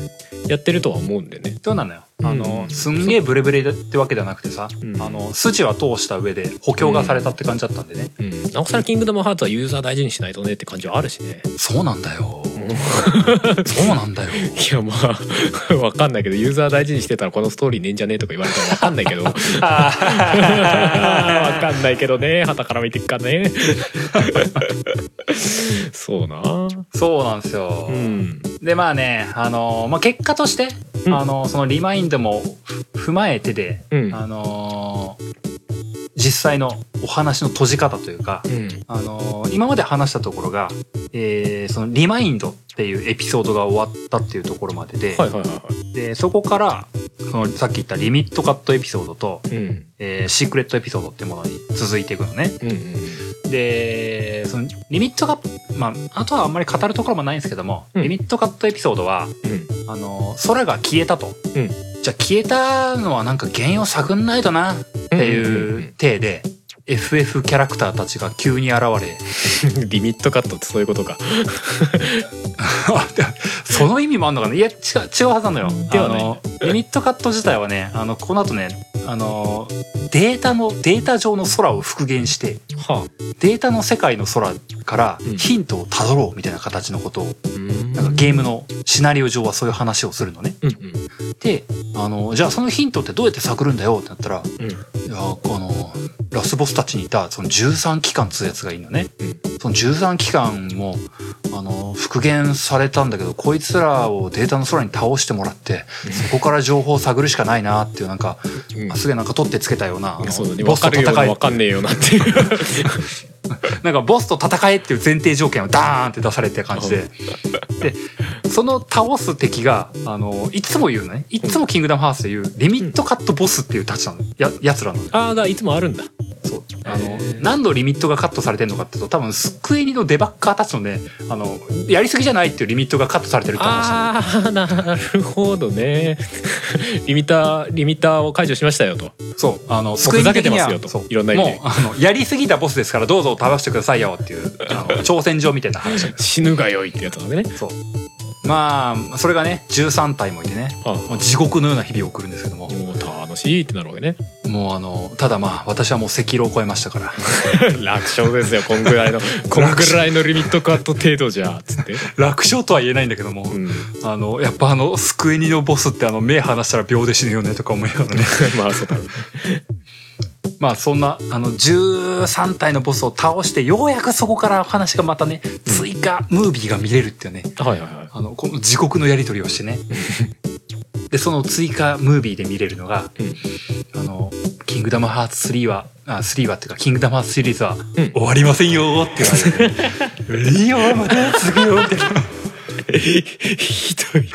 やってるとは思うんでね。そうなのよ。あのうんすんげえブレブレってわけではなくてさ、うんあの、筋は通した上で補強がされたって感じだったんでね。うん。なおさらキングダムハーツはユーザー大事にしないとねって感じはあるしね。そうなんだよ。 そうなん だよ。いやまあ、 わかんないけど、ユーザー大事にしてたらこのストーリーねえんじゃねえとか言われたらわかんない けど。わかんないけどね、旗から見てっかね。そうな。そうなんですよ。うん。でまあね、あのまあ、結果として、うんあのそのリマインドもふ踏まえてで、うん。あの実際のお話の閉じ方というか、うん。あの今まで話したところが、えーそのリマインドっていうエピソードが終わったっていうところまでで,、はいはいはいはでそこからそのさっき言ったリミットカットエピソードと、い。うん。えーシークレットエピソードってものに続いていくのね。うんうん。でそのリミットカット、まあ、あとはあんまり語るところもないんですけども、うんリミットカットエピソードはうん。あの空が消えたと、うんじゃあ消えたのはなんか原因を探んないとなってうんうんういうん体で FF キャラクターたちが急に現れリミットカットってそういうことか。あで その意味もあんのかないや違う違うはずなのよではあないのリミットカット自体はねあのこの後ねあのデータのデータ上の空を復元してはあ。データの世界の空からうんヒントをたどろうみたいな形のことをうんなんかゲームのシナリオ上はそういう話をするのね。うんうんであのじゃあそのヒントってどうやって探るんだよってなったらうんいやあのラスボスたちにいたその13機関っつうやつがいるのね、うその13機関もあの復元されたんだけどこいつらをデータの空に倒してもらってそこから情報を探るしかないなっていうなんかうんあすげえなんか取ってつけたようなあのそうだね。ボわスとかるような戦わえかんねえよなっていう。なんかボスと戦えっていう前提条件をダーンって出されてる感じででその倒す敵があのいつも言うのねいつも「キングダムハーツ」で言うリミットカットボスっていうたちなのややつらなのああ、がいつもあるんだ。そうあの何度リミットがカットされてるのかっていうと多分スクエニのデバッカーたちのねあのやりすぎじゃないっていうリミットがカットされてるって話ああなるほどねリミッターリミッターを解除しましたよとそうあのふざけてますよスクエニ的にはとそういろんな意味でもうあのやりすぎたボスですからどうぞ倒してくださいよっていう あの挑戦状みたいな話なんです死ぬがよいってやつなんでねそうまあそれがね13体もいてねあもう地獄のような日々を送るんですけどももう楽しいってなるわけねもうあのただまあ私はもう赤色を超えました から 楽勝ですよこんぐらいの こんぐらいのリミットカット程度じゃつって、楽勝とは言えないんだけども、 うん、あのやっぱあのスクエニのボスってあの目離したら秒で死ぬよねとか思いながらねまあそうだろうまあそんなあの13体のボスを倒してようやくそこから話がまたね追加ムービーが見れるっていうねはいはいはいあのこの地獄のやり取りを してねでその追加ムービーで見れるのが「あのキングダムハーツ3は」あ3はっていうか「キングダムハーツシリーズはうん終わりませんよ」って言われ て「いいよまた次よ」みたいな。ひどい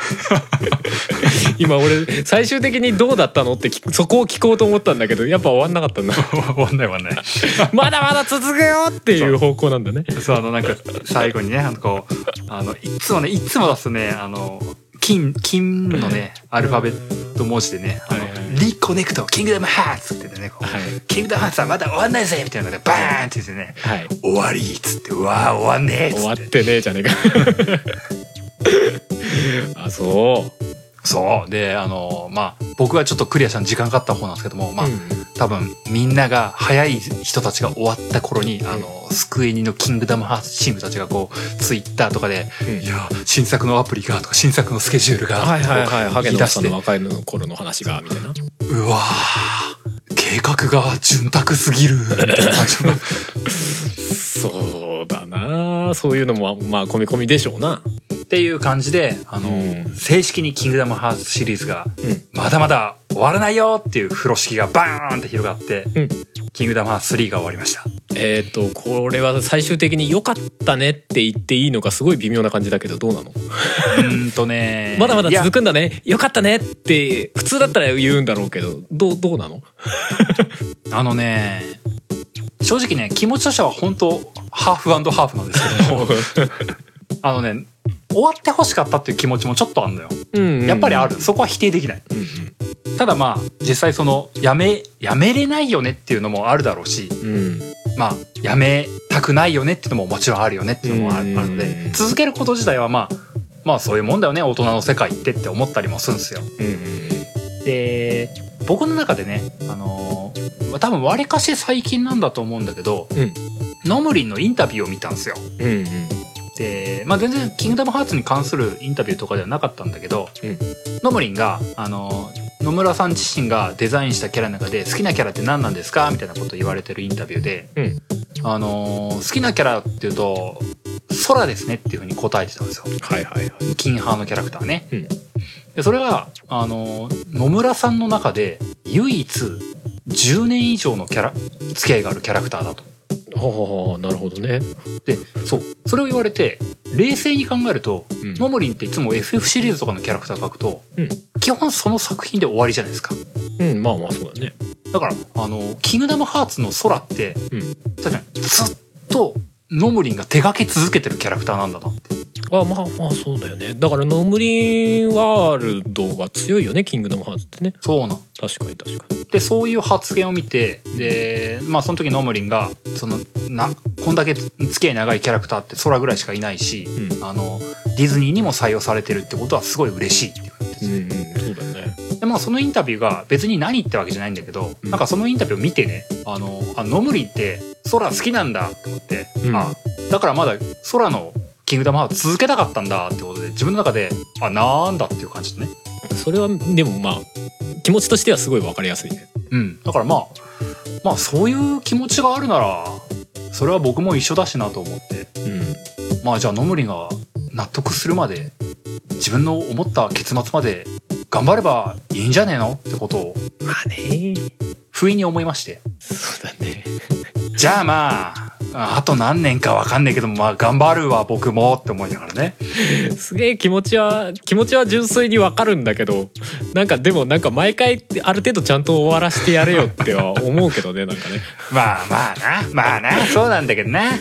今俺最終的にどうだったのって聞くそこを聞こうと思ったんだけどやっぱ終わんなかったん だ終わんない終わんない。まだまだ続くよっていう方向なんだねそうあのなんか最後にねあのこうあのいつもねいつも出すねあの金金のねアルファベット文字でね「あのはいはいリコネクトキングダムハーツ」ってねこうはいキングダムハーツはまだ終わんないぜ!」みたいなのでバーンって言ってねはい「終わり!」っつって「うわあ終わんねえ!」っ終つわっっててねえじゃ ねえかあそうそうであのまあ僕はちょっとクリアしたの時間かかった方なんですけどもまあ、うん多分みんなが早い人たちが終わった頃にあのスクエニのキングダムハーツチームたちがこうツイッターとかでうんいや新作のアプリがとか新作のスケジュールがはいはいはいハゲ引きの出さしんての若いの頃の話がみたいなうわー計画が潤沢すぎるみたいな感じ のそうだなそういうのもまあ込み込みでしょうなっていう感じであの、うん正式に「キングダムハーツ」シリーズがうんまだまだ終わらないよっていう風呂敷がバーンって広がって「うんキングダムハーツ3」が終わりましたえっ、とこれは最終的に良かったねって言っていいのかすごい微妙な感じだけどどうなのうーんとねまだまだ続くくんだね良かったねって普通だったら言うんだろうけどどうどうな のあのね正直ね気持ちとしては本当ハーフハーフなんですけどもあのね終わってほしかったっていう気持ちもちょっとあるのようんやっぱりある、そこは否定できないうんただまあ実際そのやめやめれないよねっていうのもあるだろうしうんまあやめたくないよねっていうのももちろんあるよねっていうのもあうるんあるので続けること自体はまあまあそういうもんだよね大人の世界ってって思ったりもするんですよ。うんで僕の中でねあのーまあ多分わりかし最近なんだと思うんだけど、うんノムリンのインタビューを見たんですよ。うんうんで、まあ、全然「キングダムハーツ」に関するインタビューとかではなかったんだけど、うんノムリンがあの野村さん自身がデザインしたキャラの中で「好きなキャラって何なんですか?」みたいなことを言われてるインタビューで、うんあの好きなキャラっていうと「空ですね」っていうふうに答えてたんですよはいはいはい金派のキャラクターね。うんでそれがあの野村さんの中で唯一10年以上のキャラ付き合いがあるキャラクターだと。はあなるほどねでそうそれを言われて冷静に考えるとうんノムリンっていつも FF シリーズとかのキャラクター描くと、うん基本その作品で終わりじゃないですかうんまあまあそうだねだからあの「キングダムハーツ」の空って、うん確かにずっとノムリンが手掛け続けてるキャラクターなんだなってあまあまあそうだよねだからノムリンワールドが強いよねキングダムハーツってねそうなん確かに確かにでそういう発言を見てでまあその時ノムリンがそのなこんだけ付き合い長いキャラクターって空ぐらいしかいないし、うんあのディズニーにも採用されてるってことはすごい嬉しいって言われててうんうんそうだよねでまあそのインタビューが別に何ってわけじゃないんだけど、うんなんかそのインタビューを見てねあのあノムリンって空好きなんだって思って、うんあだからまだ空のキングダムハーツ続けたかったんだってことで自分の中であなんだっていう感じでねそれはでもまあ気持ちとしてはすごいわかりやすいねうんだからまあまあそういう気持ちがあるならそれは僕も一緒だしなと思ってうんまあじゃあノムリンが納得するまで自分の思った結末まで頑張ればいいんじゃねえのってことをまあね不意に思いましてそうだねじゃあまあああと何年かわかんないけどまあ頑張るわ僕もって思いながらねすげえ気持ちは気持ちは純粋にわかるんだけどなんかでもなんか毎回ある程度ちゃんと終わらせてやれよっては思うけどねなんかねまあまあなまあなそうなんだけどない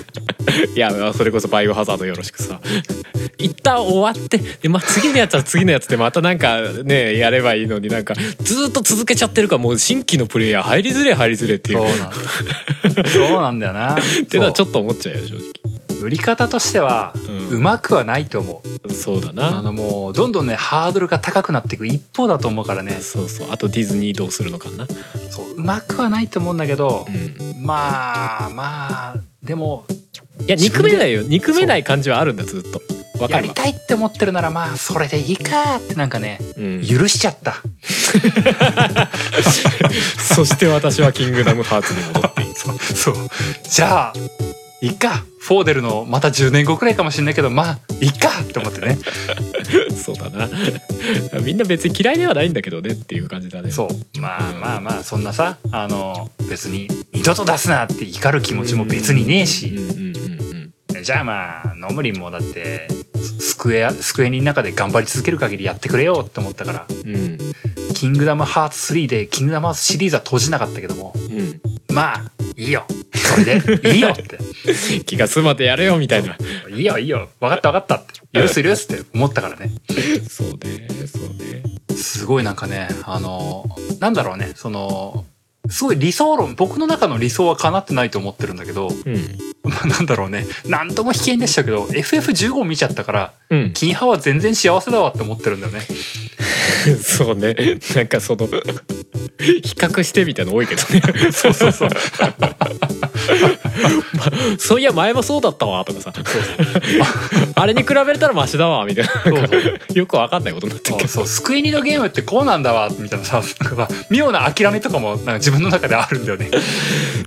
やそれこそ「バイオハザード」よろしくさ 一旦終わってで、まあ、次のやつは 次のやつでまたなんかねやればいいのになんかずーっと続けちゃってるからもう新規のプレイヤー入りづれえ入りづれえっていそううなんだそうなんだよなってのはちそょっと思っちゃうよ正直う売り方としてはううんまくはないと思う、そうだあなのもうどんどんねハードルが高くなっていく一方だと思うからねそうそうあとディズニーどうするのかなそううまくはないと思うんだけどう、んまあまあでもいや憎めないよ憎めない感じはあるんだずっとわかやるりわたいって思ってるならまあそれでいいかってなんかねうん許しちゃった そして私はキングダムハーツに戻っている そうそうじゃあいっかフォーデルのまた10年後くらいかもしれないけどまあいっかって思ってねそうだなみんな別に嫌いではないんだけどねっていう感じだねそうまあまあまあそんなさあの別に二度と出すなって怒る気持ちも別にねえうしんうんうんうんじゃあまあノムリンもだってスクエアスクエニの中で頑張り続ける限りやってくれよって思ったからうん「キングダムハーツ3」で「キングダムハーツ」シリーズは閉じなかったけどもうんまあいいよそれでいいよって気が済までやれよみたいないいよいいよ分かった分かったって許す許すって思ったからねそうねそうねすごいなんかねあのなんだろうねそのすごい理想論僕の中の理想は叶ってないと思ってるんだけど うんまあなんだろうね何とも危険でしたけど FF15 見ちゃったからうん、 金派は全然幸せだわって思ってるんだよねそうねなんかその比較してみたいの多いけどねそうそう そう、ま、そういや前もそうだったわとかさあれに比べたらマシだわみたいな なんかそうよくわかんないことになってるけあそうスクエニのゲームってこうなんだわみたいなさなんかさ妙な諦めとかもなんか自分の中であるんだよね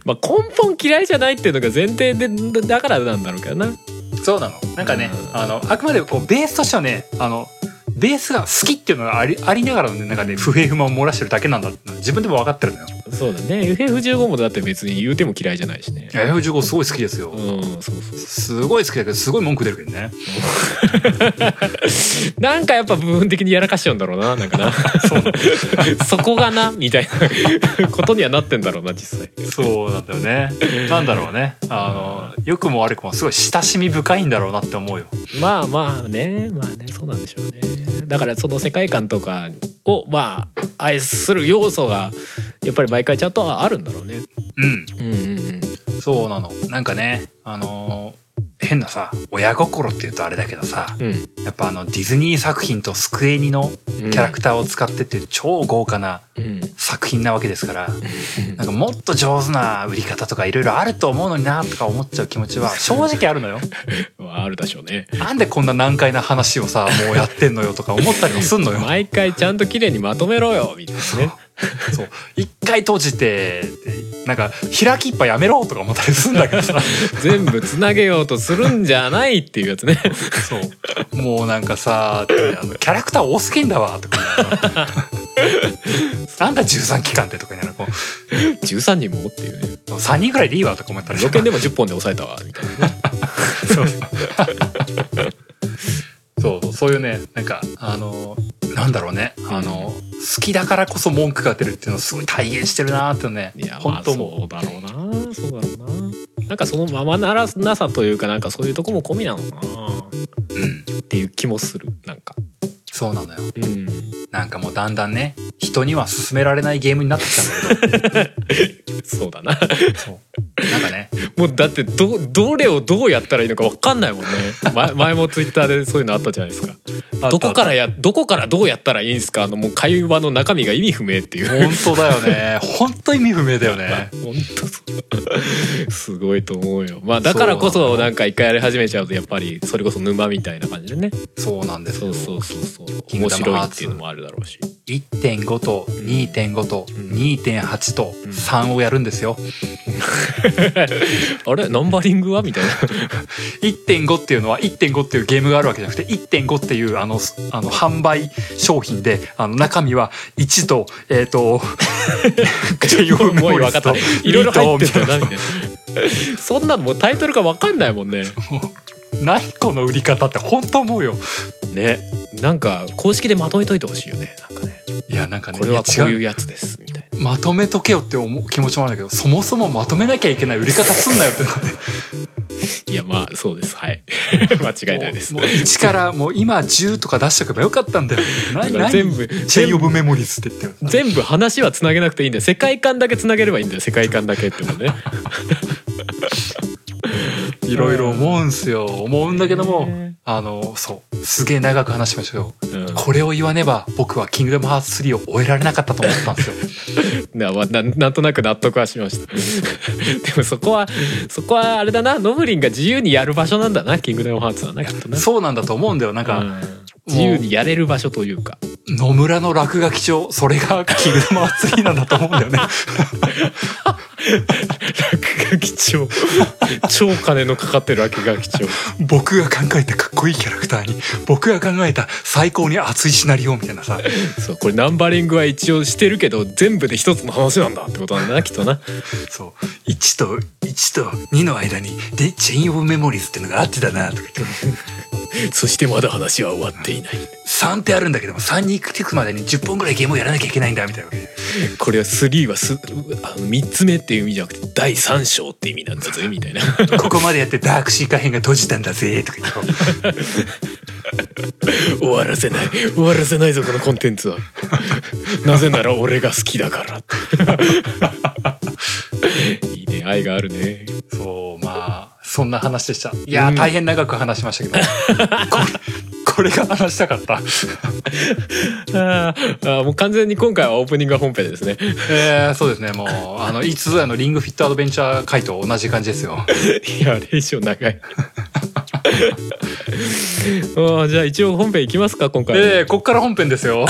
まあ、根本嫌いじゃないっていうのが前提でだだからなんだろうけどなそうなのなんかねうんあのあくまでこうベースとしてはねあのベースが好きっていうのがありありながらのねなんかね不平不満を漏らしてるだけなんだってのは自分でも分かってるのよそうだね FF15 もだって別に言うても嫌いじゃないしね F15 すごい好きですようんそうそうすごい好きだけどすごい文句出るけどねなんかやっぱ部分的にやらかしちゃうんだろうななんか なそこがなみたいなことにはなってんだろうな実際そうなんだよね。なんだろうね。あの、良くも悪くもすごい親しみ深いんだろうなって思うよ。まあまあねまあねそうなんでしょうねだからその世界観とかをまあ愛する要素がやっぱり毎回ちゃんとあるんだろうねうん。うんうんうんそうなの。なんかね、あの、変なさ、親心って言うとあれだけどさ、うんやっぱあの、ディズニー作品とスクエニのキャラクターを使ってっていう超豪華なうん作品なわけですから、なんかもっと上手な売り方とかいろいろあると思うのになとか思っちゃう気持ちは正直あるのよ。 はあるでしょうねなんでこんな難解な話をさ、もうやってんのよとか思ったりもす んのよ。毎回ちゃんと綺麗にまとめろよみたいなねそう一回閉じてでなんか開きっぱやめろとか思ったりするんだけ どさ全部つなげようとするんじゃないっていうやつね そうもうなんかさあのキャラクター多すぎんだわとかなんだ13期間ってとかになるこう13人もっていうね3人ぐらいでいいわとか思ったり予見でも10本で抑えたわみたいなねそうそうそうそういうねなんかあのなんだろうねあの好きだからこそ文句が出るっていうのをすごい体現してるなーってねいやま本あ当もうそうだろうなそうだろうななんかそのままならなさというかなんかそういうとこも込みなのかなうんっていう気もするなんかそうなのようんなんかもうだんだんね人には勧められないゲームになってきたんだけどそうだな そう。なんかね、もうだってどどれをどうやったらいいのか分かんないもんね 前前もツイッターでそういうのあったじゃないですか どこからやどこからどうやったらいいんですかあのもう会話の中身が意味不明っていう本当だよね。本当意味不明だよね。本当そう すごいと思うよまあだからこそなんか一回やり始めちゃうとやっぱりそれこそ沼みたいな感じでねそうなんですそよ。うそうそうそうキング面ダム白いハーっツていうのもあるだろうし1.5と2.5とん2.8とうん3をやるんですよ。あれナンバリングはみたいな1.5っていうのは1.5っていうゲームがあるわけじゃなくて1.5っていうあのすあの販売商品であの中身は1とえっ、とっていうもう分かったいろいろ入ってんだよなみみたいなそんなのもうタイトルか分かんないもんね何この売り方って本当思うよねなんか公式でまとめといてほしいよねなんかねいやなんかねこれはこういいや違うやつですみたいなまとめとけよって思う気持ちもあるんだけどそもそもまとめなきゃいけない売り方すんなよっていやまあそうですはい間違いないですもうもう1からもう今10とか出しとけばよかったんだ よ何何全部チェイ全オ部ブメモリーズって言ってる全部話はつなげなくていいんだよ世界観だけつなげればいいんだよ世界観だけってのねいろいろ思うんすよ思うんだけども、ねあのそうすげえ長く話しましたけどうんこれを言わねば僕は「キングダムハーツ3」を終えられなかったと思ったん ですよなまあなんなんとなく納得はしましたでもそこはそこはあれだなノブリンが自由にやる場所なんだなキングダムハーツはなきっとなそうなんだと思うんだよなんうか、ん自由にやれる場所というか野村の落書き帳それが「キングダムハーツ3」なんだと思うんだよね落書き帳超金のかかってる落書き帳僕が考えたかっこいいキャラクターに僕が考えた最高に熱いシナリオみたいなさそうこれナンバリングは一応してるけど全部で一つの話なんだってことなんだなきっとなそう1と1と2の間に「でチェイン・オブ・メモリーズ」っていうのがあってだなとか言ってそしてまだ話は終わっていない3ってあるんだけども3に行くてくまでに10本ぐらいゲームをやらなきゃいけないんだみたいなこれは3はすあの3つ目っていう意味じゃなくて第3章って意味なんだぜみたいなここまでやってダークシーカー編が閉じたんだぜとか言って終わらせない終わらせないぞこのコンテンツ はなぜなら俺が好きだから いいね愛があるねそうまあそんな話でしたいやー、うん大変長く話しましたけどこれこれが話したかったあーあーもう完全に今回はオープニングが本編 ですねえー、そうですねもうあのいつぞやのリングフィットアドベンチャー回と同じ感じですよいや、あれ以上長い。 ああじゃあ一応本編いきますか今回、でこっから本編ですよ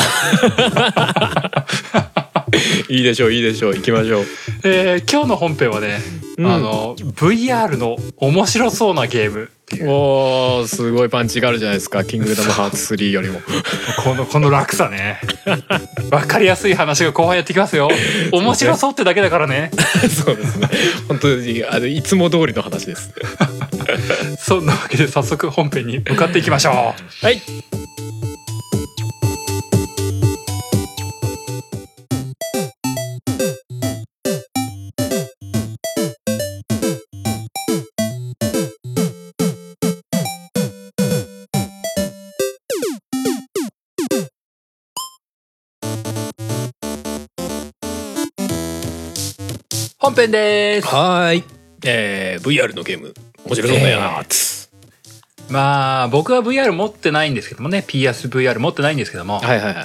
いいでしょういいでしょう行きましょうえー今日の本編はね、うんあの VR の面白そうなゲームっていうおーすごいパンチがあるじゃないですか「キングダムハーツ3」よりも このこの落差ねわかりやすい話が後半やってきますよ面白そうってだけだからねそうですね本当にあのいつも通りの話ですそんなわけで早速本編に向かっていきましょうはい本編ですはいえー、VR のゲーム面白そうだよなつ、まあ僕は VR 持ってないんですけどもね PSVR 持ってないんですけども、はいはいはい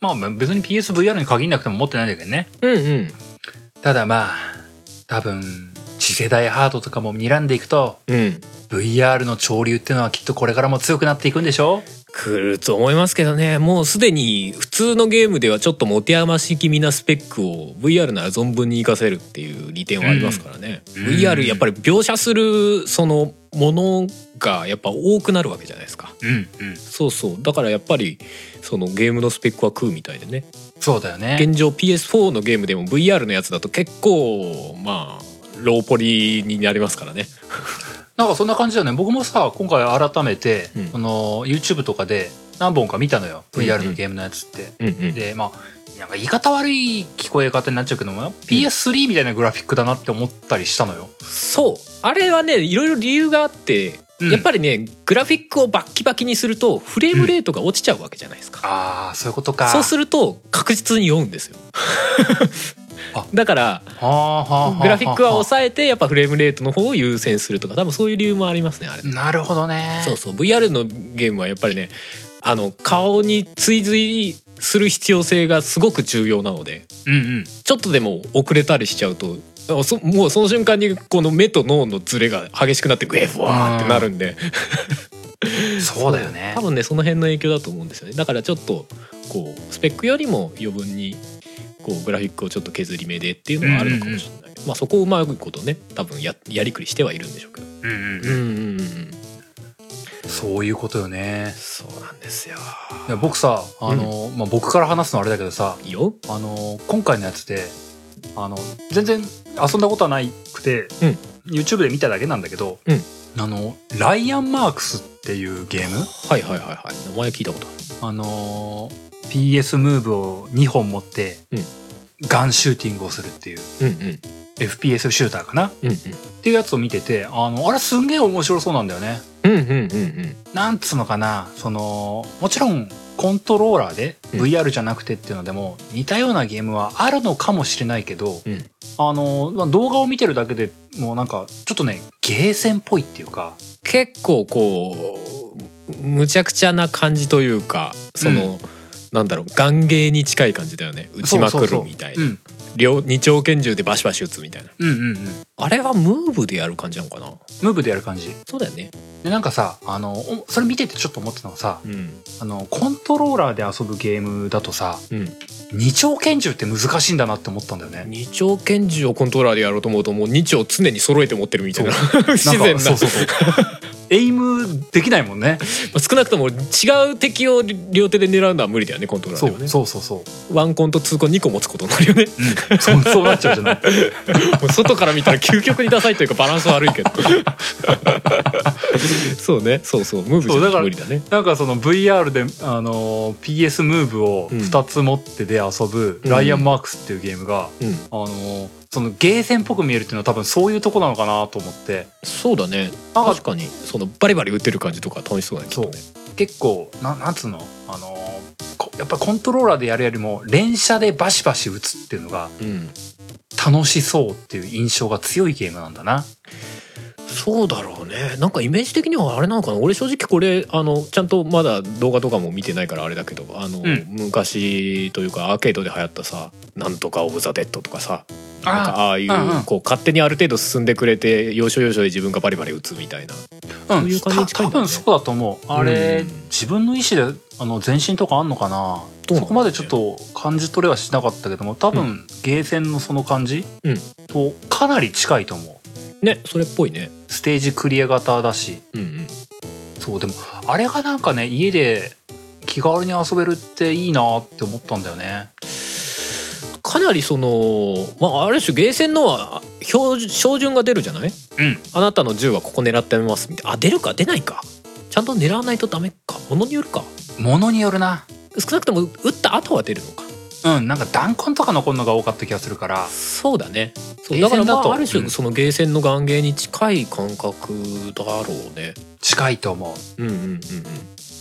まあ別に PSVR に限らなくても持ってないんだけどねうんうんただまあ多分次世代ハードとかも睨んでいくとうん VR の潮流ってのはきっとこれからも強くなっていくんでしょ来ると思いますけどねもうすでに普通のゲームではちょっと持て余し気味なスペックを VR なら存分に活かせるっていう利点はありますからね、うん VR やっぱり描写するそのものがやっぱ多くなるわけじゃないですかうんうんそうそうだからやっぱりそのゲームのスペックは食うみたいでねそうだよね現状 PS4 のゲームでも VR のやつだと結構まあローポリになりますからねなんかそんな感じだよね僕もさ今回改めて、うんその YouTube とかで何本か見たのよ VR うんうのんゲームのやつって、うんうんでまあなんか言い方悪い聞こえ方になっちゃうけども PS3 みたいなグラフィックだなって思ったりしたのよ、そうあれはねいろいろ理由があって、うんやっぱりねグラフィックをバッキバキにするとフレームレートが落ちちゃうわけじゃないですか、ああそういうことかそうすると確実に酔うんですよあ だからはあはあはあグラフィックは抑えてやっぱフレームレートの方を優先するとか多分そういう理由もありますねあれなるほどねそうそう VR のゲームはやっぱりねあの顔に追随する必要性がすごく重要なのでうんうんちょっとでも遅れたりしちゃうとあそもうその瞬間にこの目と脳のズレが激しくなってグエフワーってなるんでそうだよね多分ねその辺の影響だと思うんですよねだからちょっとこうスペックよりも余分にこうグラフィックをちょっと削り目でっていうのはあるのかもしれないけど、まあ、そこをうまいことね多分ややりくりしてはいるんでしょうけどうんうんうんうんうんそういうことよねそうなんですよいや僕さあの、まあ、僕から話すのはあれだけどさいいよあの今回のやつであの全然遊んだことはなくて、うん YouTube で見ただけなんだけど、うんあのライアン・マークスっていうゲームはいはいはいはい名前聞いたことあるあのー PS ムーブを2本持って、うんガンシューティングをするっていううんうん FPS シューターかなっうんていうやつを見ててあのあれすんげえ面白そうなんだよね。うんうんうんうんなんつうのかなそのもちろんコントローラーでうん VR じゃなくてっていうのでも似たようなゲームはあるのかもしれないけど、うんあのまあ動画を見てるだけでもうなんかちょっとねゲーセンっぽいっていうか結構こうむちゃくちゃな感じというかその、なんだろう眼芸に近い感じだよね打ちまくるみたいなそうそう両二丁拳銃でバシバシ打つみたいなそううん、うんうんうんあれはムーブでやる感じなのかなムーブでやる感じそうだよねでなんかさあのおそれ見ててちょっと思ってたのがさうんあのコントローラーで遊ぶゲームだとさうん二丁拳銃って難しいんだなって思ったんだよね。二丁拳銃をコントローラーでやろうと思うともう二丁常に揃えて持ってるみたいな不 自然んかそなうそうそう。 エイムできないもんね。まあ少なくとも違う敵を両手で狙うのは無理だよねコントローラーそではねうそうそうそう。ワンコンとツーコン2個持つことになるよねうん、そうそうなっちゃうじゃない。もう外から見たら究極にダサいというかバランス悪 いけどそうねそうそうムーブじそうだかゃら無理だねなんかその VR で、あのー PS ムーブをうん2つ持ってで遊ぶ「うんライアン・マークス」っていうゲームが、うんあのーそのゲーセンっぽく見えるっていうのは多分そういうとこなのかなと思ってそうだねなんか確かにそのバリバリ打ってる感じとか楽しそうだねきっとね結構ななんつうの、あのーこやっぱコントローラーでやるよりも連射でバシバシ打つっていうのがうん楽しそうっていう印象が強いゲームなんだな。そうだろうねなんかイメージ的にはあれなのかな俺正直これあのちゃんとまだ動画とかも見てないからあれだけどあの、うん昔というかアーケードで流行ったさ「なんとかオブ・ザ・デッド」とかさなんかあああいう,、うんうんこう勝手にある程度進んでくれて要所要所で自分がバリバリ打つみたいなうそんういう感じに近た多いんだね分そうだと思うあれ、うん自分の意思であの前進とかあんのかなどうなんだろうねそこまでちょっと感じ取れはしなかったけども多分、ゲーセンのその感じ、うんとかなり近いと思うねそれっぽいねステージクリア型だしうんうんそうでもあれがなんかね家で気軽に遊べるっていいなって思ったんだよねかなりその、まあ、ある種ゲーセンのは標準標準が出るじゃないうんあなたの銃はここ狙ってみますみたいなあ出るか出ないかちゃんと狙わないとダメかものによるかものによるな少なくとも打った後は出るのかうんなんか弾痕とか残るのが多かった気がするからそうだねそうゲーだかセらンだとまああるう種んそのゲーセンの眼芸に近い感覚だろうね近いと思ううんうん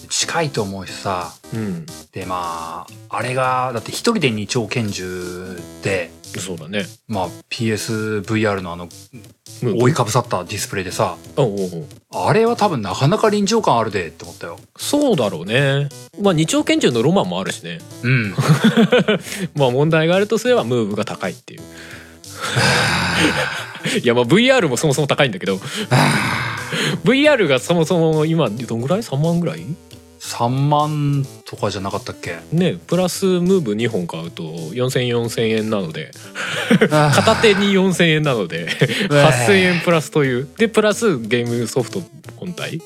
近いと思うしさうんうんうんでまああれがだって一人で二丁拳銃で、そうだねまあ、PSVR のあのうん覆いかぶさったディスプレイでさおうおうおうあれは多分なかなか臨場感あるでって思ったよ。そうだろうねまあ二丁拳銃のロマンもあるしね うん、まあ問題があるとすればムーブが高いっていういやまあ VR もそもそも高いんだけど VR がそもそも今どんぐらい3万ぐらい3万とかじゃなかったっけねプラスムーブ2本買うと40004000円なのであ片手に4,000円なのでー8,000円プラスというでプラスゲームソフト本体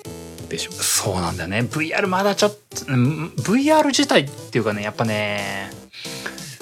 でしょーそうなんだよね VR まだちょっとうん VR 自体っていうかねやっぱね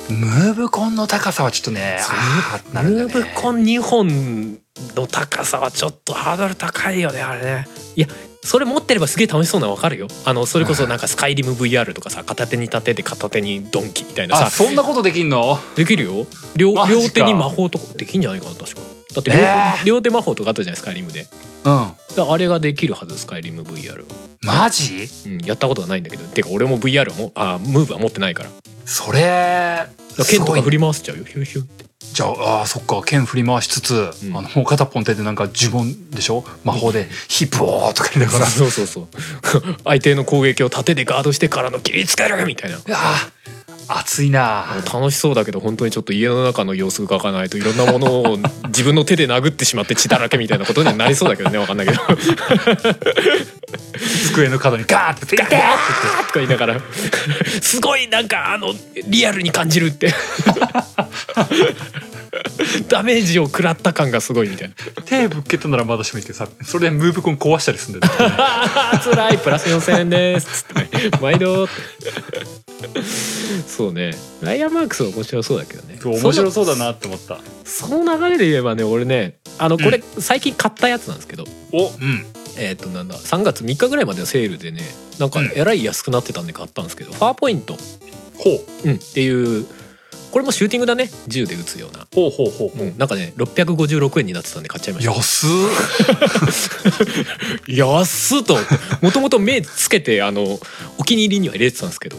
ムーブコンの高さはちょっとねそうあーってなるんだよムーねブコン2本の高さはちょっとハードル高いよねあれねいやそれ持ってればすげえ楽しそうなの分かるよあのそれこそなんかスカイリム VR とかさ片手に立てて片手にドンキみたいなあさそんなことできんのできるよ両マジか両手に魔法とかできんじゃないかな確かだって両,、えー両手魔法とかあったじゃないスカイリムでうんだからあれができるはずスカイリム VR マジうん、やったことはないんだけどてか俺も VR もあムーブは持ってないからそれす剣とごかい振り回すちゃうよヒューヒューってじゃああーそっか剣振り回しつつ、うんあのもう片っぽの手でなんか呪文でしょ魔法で「ヒップオー」とか言いながらそうそうそう相手の攻撃を盾でガードしてからの切りつけるみたいなあー熱いな楽しそうだけど本当にちょっと家の中の様子が書かないといろんなものを自分の手で殴ってしまって血だらけみたいなことにはなりそうだけどね分かんないけど ガーッ机の角にガーってガーってとか言いながらすごいなんかあのリアルに感じるってダメージを食らった感がすごいみたいな手ぶっけたならまだしもいいけどさそれでムーブコン壊したりすんだよねあー辛いプラス4000円ですつってね毎度そうねライアン・マークスは面白そうだけどね 面白そうだなって思ったそのその流れで言えばね俺ねあのこれ最近買ったやつなんですけど、おうんえーっとなんだ3月3日ぐらいまでのセールでねなんかうんえらい安くなってたんで買ったんですけど、ファーポイント、ほううん、っていうこれもシューティングだね銃で撃つような、ほうほうほうほう、うんなんかね656円になってたんで買っちゃいました安っ安 っともともと目つけてあのお気に入りには入れてたんですけど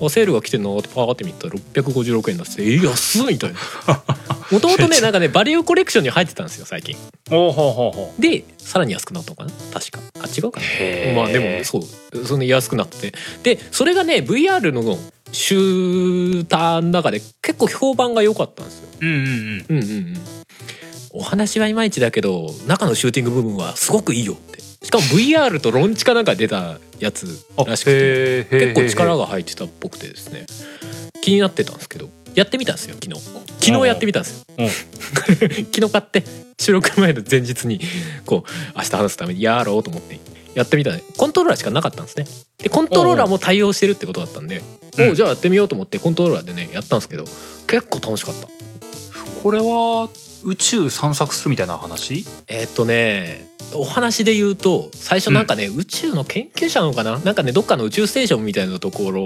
おあセールが来てんなーってパーって見たら656円になっててえ安っ みたいなもともとねなんかねバリューコレクションに入ってたんですよ最近おおほうほうほうでさらに安くなったのかな確かあ違うかなへーまあでもそうその安くなっててでそれがね VR のシューターの中で結構評判が良かったんですようんうんうんうんうんうんお話はいまいちだけど中のシューティング部分はすごくいいよってしかも VR とロンチかなんか出たやつらしくてへえ結構力が入ってたっぽくてですね気になってたんですけどやってみたんですよ昨日昨日やってみたんですよ、うん 昨日買って収録前の前日にこう明日話すためにやろうと思ってやってみたらコントローラーしかなかったんですねでコントローラーも対応してるってことだったんで、うんもうじゃあやってみようと思ってコントローラーでねやったんですけど結構楽しかったこれは宇宙散策するみたいな話えーっとねお話で言うと最初なんかね、宇宙の研究者なのかななんかねどっかの宇宙ステーションみたいなところ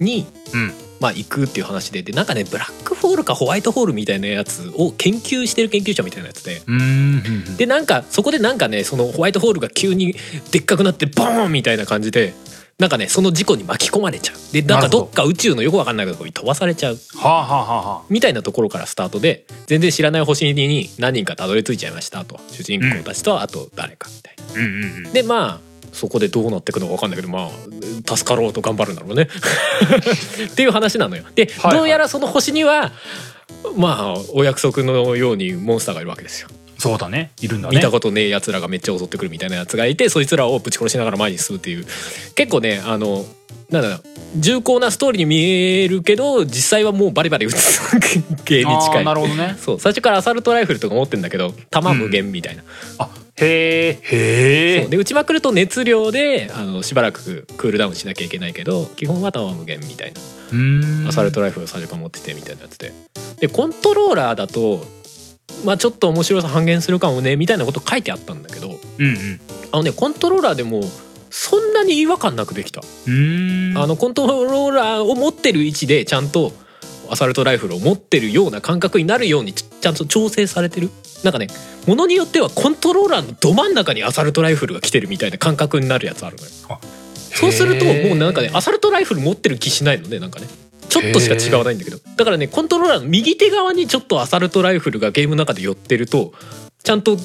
に、うんまあ、行くっていう話ででなんかねブラックホールかホワイトホールみたいなやつを研究してる研究者みたいなやつで。うんうんでなんかそこでなんかねそのホワイトホールが急にでっかくなってボーンみたいな感じでなんかねその事故に巻き込まれちゃうでなんかどっか宇宙のよくわかんないところに飛ばされちゃうはあはあはあはあみたいなところからスタートで全然知らない星に何人かたどり着いちゃいましたと主人公たちとあと誰かみたいな。うんうんうんでまあそこでどうなっていくのか分かんないけどまあ助かろうと頑張るんだろ うねっていう話なのよ。で、はいはいどうやらその星にはまあお約束のようにモンスターがいるわけですよ。そうだねいるんだね見たことねえやつらがめっちゃ襲ってくるみたいなやつがいてそいつらをぶち殺しながら前に進むっていう結構ねあのなんだろう重厚なストーリーに見えるけど実際はもうバリバリ撃つ系に近あーいなるほどね そう最初からアサルトライフルとか持ってんだけど弾無限みたいな、あへえへそうえで撃ちまくると熱量であのしばらくクールダウンしなきゃいけないけど基本は弾無限みたいなアサルトライフルを最初から持っててみたいなやつででコントローラーだとまあちょっと面白さ半減するかもねみたいなこと書いてあったんだけどうんうんあのねコントローラーでもそんなに違和感なくできた、うーんあのコントローラーを持ってる位置でちゃんとアサルトライフルを持ってるような感覚になるようにちちゃんと調整されてるなんかねものによってはコントローラーのど真ん中にアサルトライフルが来てるみたいな感覚になるやつあるのよあそうするとへーもうなんかねアサルトライフル持ってる気しないのねなんかねちょっとしか違わないんだけどだからねコントローラーの右手側にちょっとアサルトライフルがゲームの中で寄ってるとちゃんと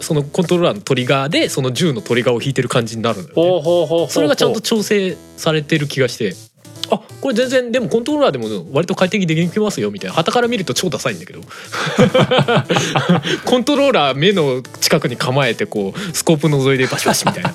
そのコントローラーのトリガーでその銃のトリガーを引いてる感じになるのよ、ね、ほうほうほうほうほうそれがちゃんと調整されてる気がしてあこれ全然でもコントローラーでも割と快適にできますよみたいな旗から見ると超ダサいんだけ どコントローラー目の近くに構えてこうスコープ覗いでバシバシみ たいな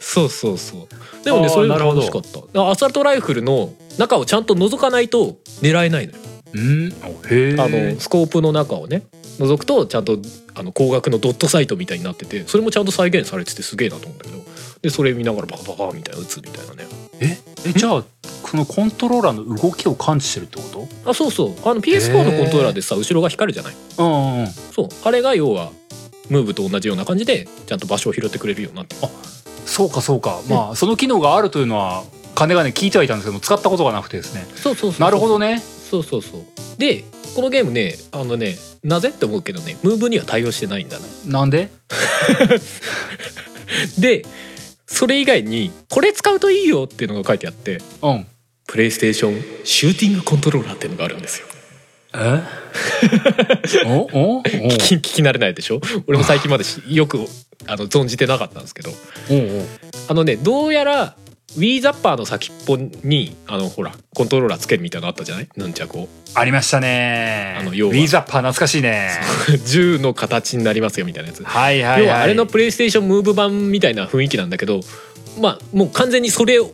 そうそうそうでもねあーそれながるほど楽しかっただからアサルトライフルの中をちゃんと覗かないと狙えないのようんおへえあのスコープの中をね覗くとちゃんとあの光学のドットサイトみたいになっててそれもちゃんと再現されててすげえなと思うんだけどでそれ見ながらバカバカみたいな打つみたいなねええじゃあこのコントローラーの動きを感知してるってこあそうそうあの PS4 のコントローラーでさ後ろが光るじゃないとうんうんそうあれが要はムーブと同じような感じでちゃんと場所を拾ってくれるようになってるそうかそうかまあその機能があるというのは金がね聞いてはいたんですけども使ったことがなくてですねそうそうそうなるほどねそうそうそうでこのゲームねあのねなぜって思うけどねムーブには対応してないんだななんででそれ以外にこれ使うといいよっていうのが書いてあってうんプレイステーションシューティングコントローラーっていうのがあるんですよえ おおお聞き聞き慣れないでしょ俺も最近までしよくあの存じてなかったんですけどおおあのねどうやらウィーザッパーの先っぽにあのほらコントローラーつけるみたいなのあったじゃないヌンチャクをありましたねあの要ウはィザッパー懐かしいね 銃の形になりますよみたいなやつ、はいはい、はい、要はあれのプレイステーションムーブ版みたいな雰囲気なんだけどまあもう完全にそれを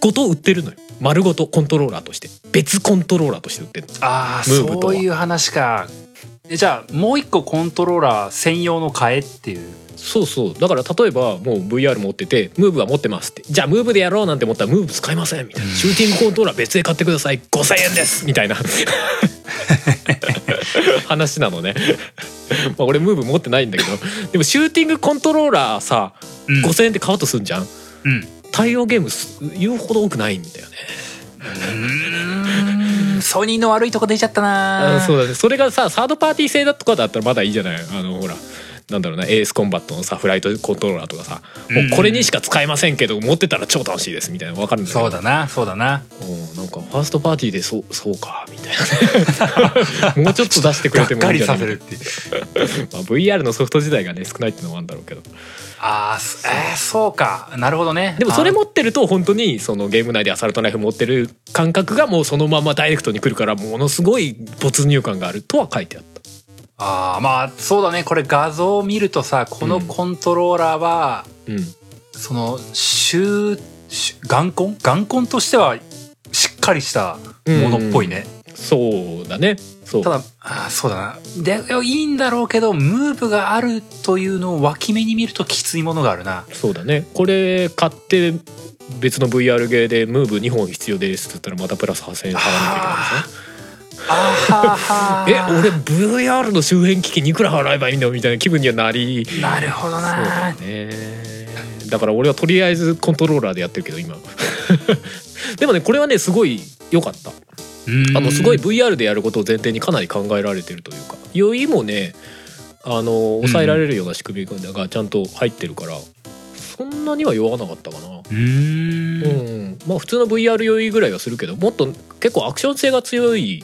ごと売ってるのよ丸ごとコントローラーとして別コントローラーとして売ってるああムーブとそういう話かえじゃあもう一個コントローラー専用の替えっていうそうそうだから例えばもう VR 持っててムーブは持ってますってじゃあムーブでやろうなんて思ったらムーブ使いませんみたいなシューティングコントローラー別で買ってください5000 円ですみたいな話なのねまあ俺ムーブ持ってないんだけどでもシューティングコントローラーさうん5000円で買おうとすんじゃんうん対応ゲームす言うほど多くないんだよねうーんソニーの悪いとこ出ちゃったなあそうだねそれがさサードパーティー製だとかだったらまだいいじゃないあのほらなんだろうなエースコンバットのさフライトコントローラーとかさ、もうこれにしか使えませんけど持ってたら超楽しいですみたいなの分かるんだけどそうだなそうだなうんなんかファーストパーティーでそうそうかみたい なもうちょっと出してくがれってもかいいんりじゃなさせいるっていうまあ、VR のソフト自体がね少ないっていうのもあるんだろうけどあーすえーそうかなるほどねでもそれあー持ってると本当にそのゲーム内でアサルトナイフ持ってる感覚がもうそのままダイレクトに来るからものすごい没入感があるとは書いてあったあーまあそうだねこれ画像を見るとさこのコントローラーは、うんそのシューシュ眼根眼根としてはしっかりしたものっぽいね、そうだねそうただあーそうだなでいいんだろうけどムーブがあるというのを脇目に見るときついものがあるなそうだねこれ買って別の VR ゲーでムーブ2本必要ですって言ったらまたプラス8000円払わなきゃいけないんですねあははえ俺 VR の周辺機器にいくら払えばいいんだみたいな気分にはなりそうなるほどだなねだから俺はとりあえずコントローラーでやってるけど今 でもねこれはねすごい良かったあのすごい VR でやることを前提にかなり考えられてるというか酔いもねあの抑えられるような仕組みがちゃんと入ってるから、そんなには酔わなかったかなうーんうん、まあ普通の VR 酔いぐらいはするけどもっと結構アクション性が強い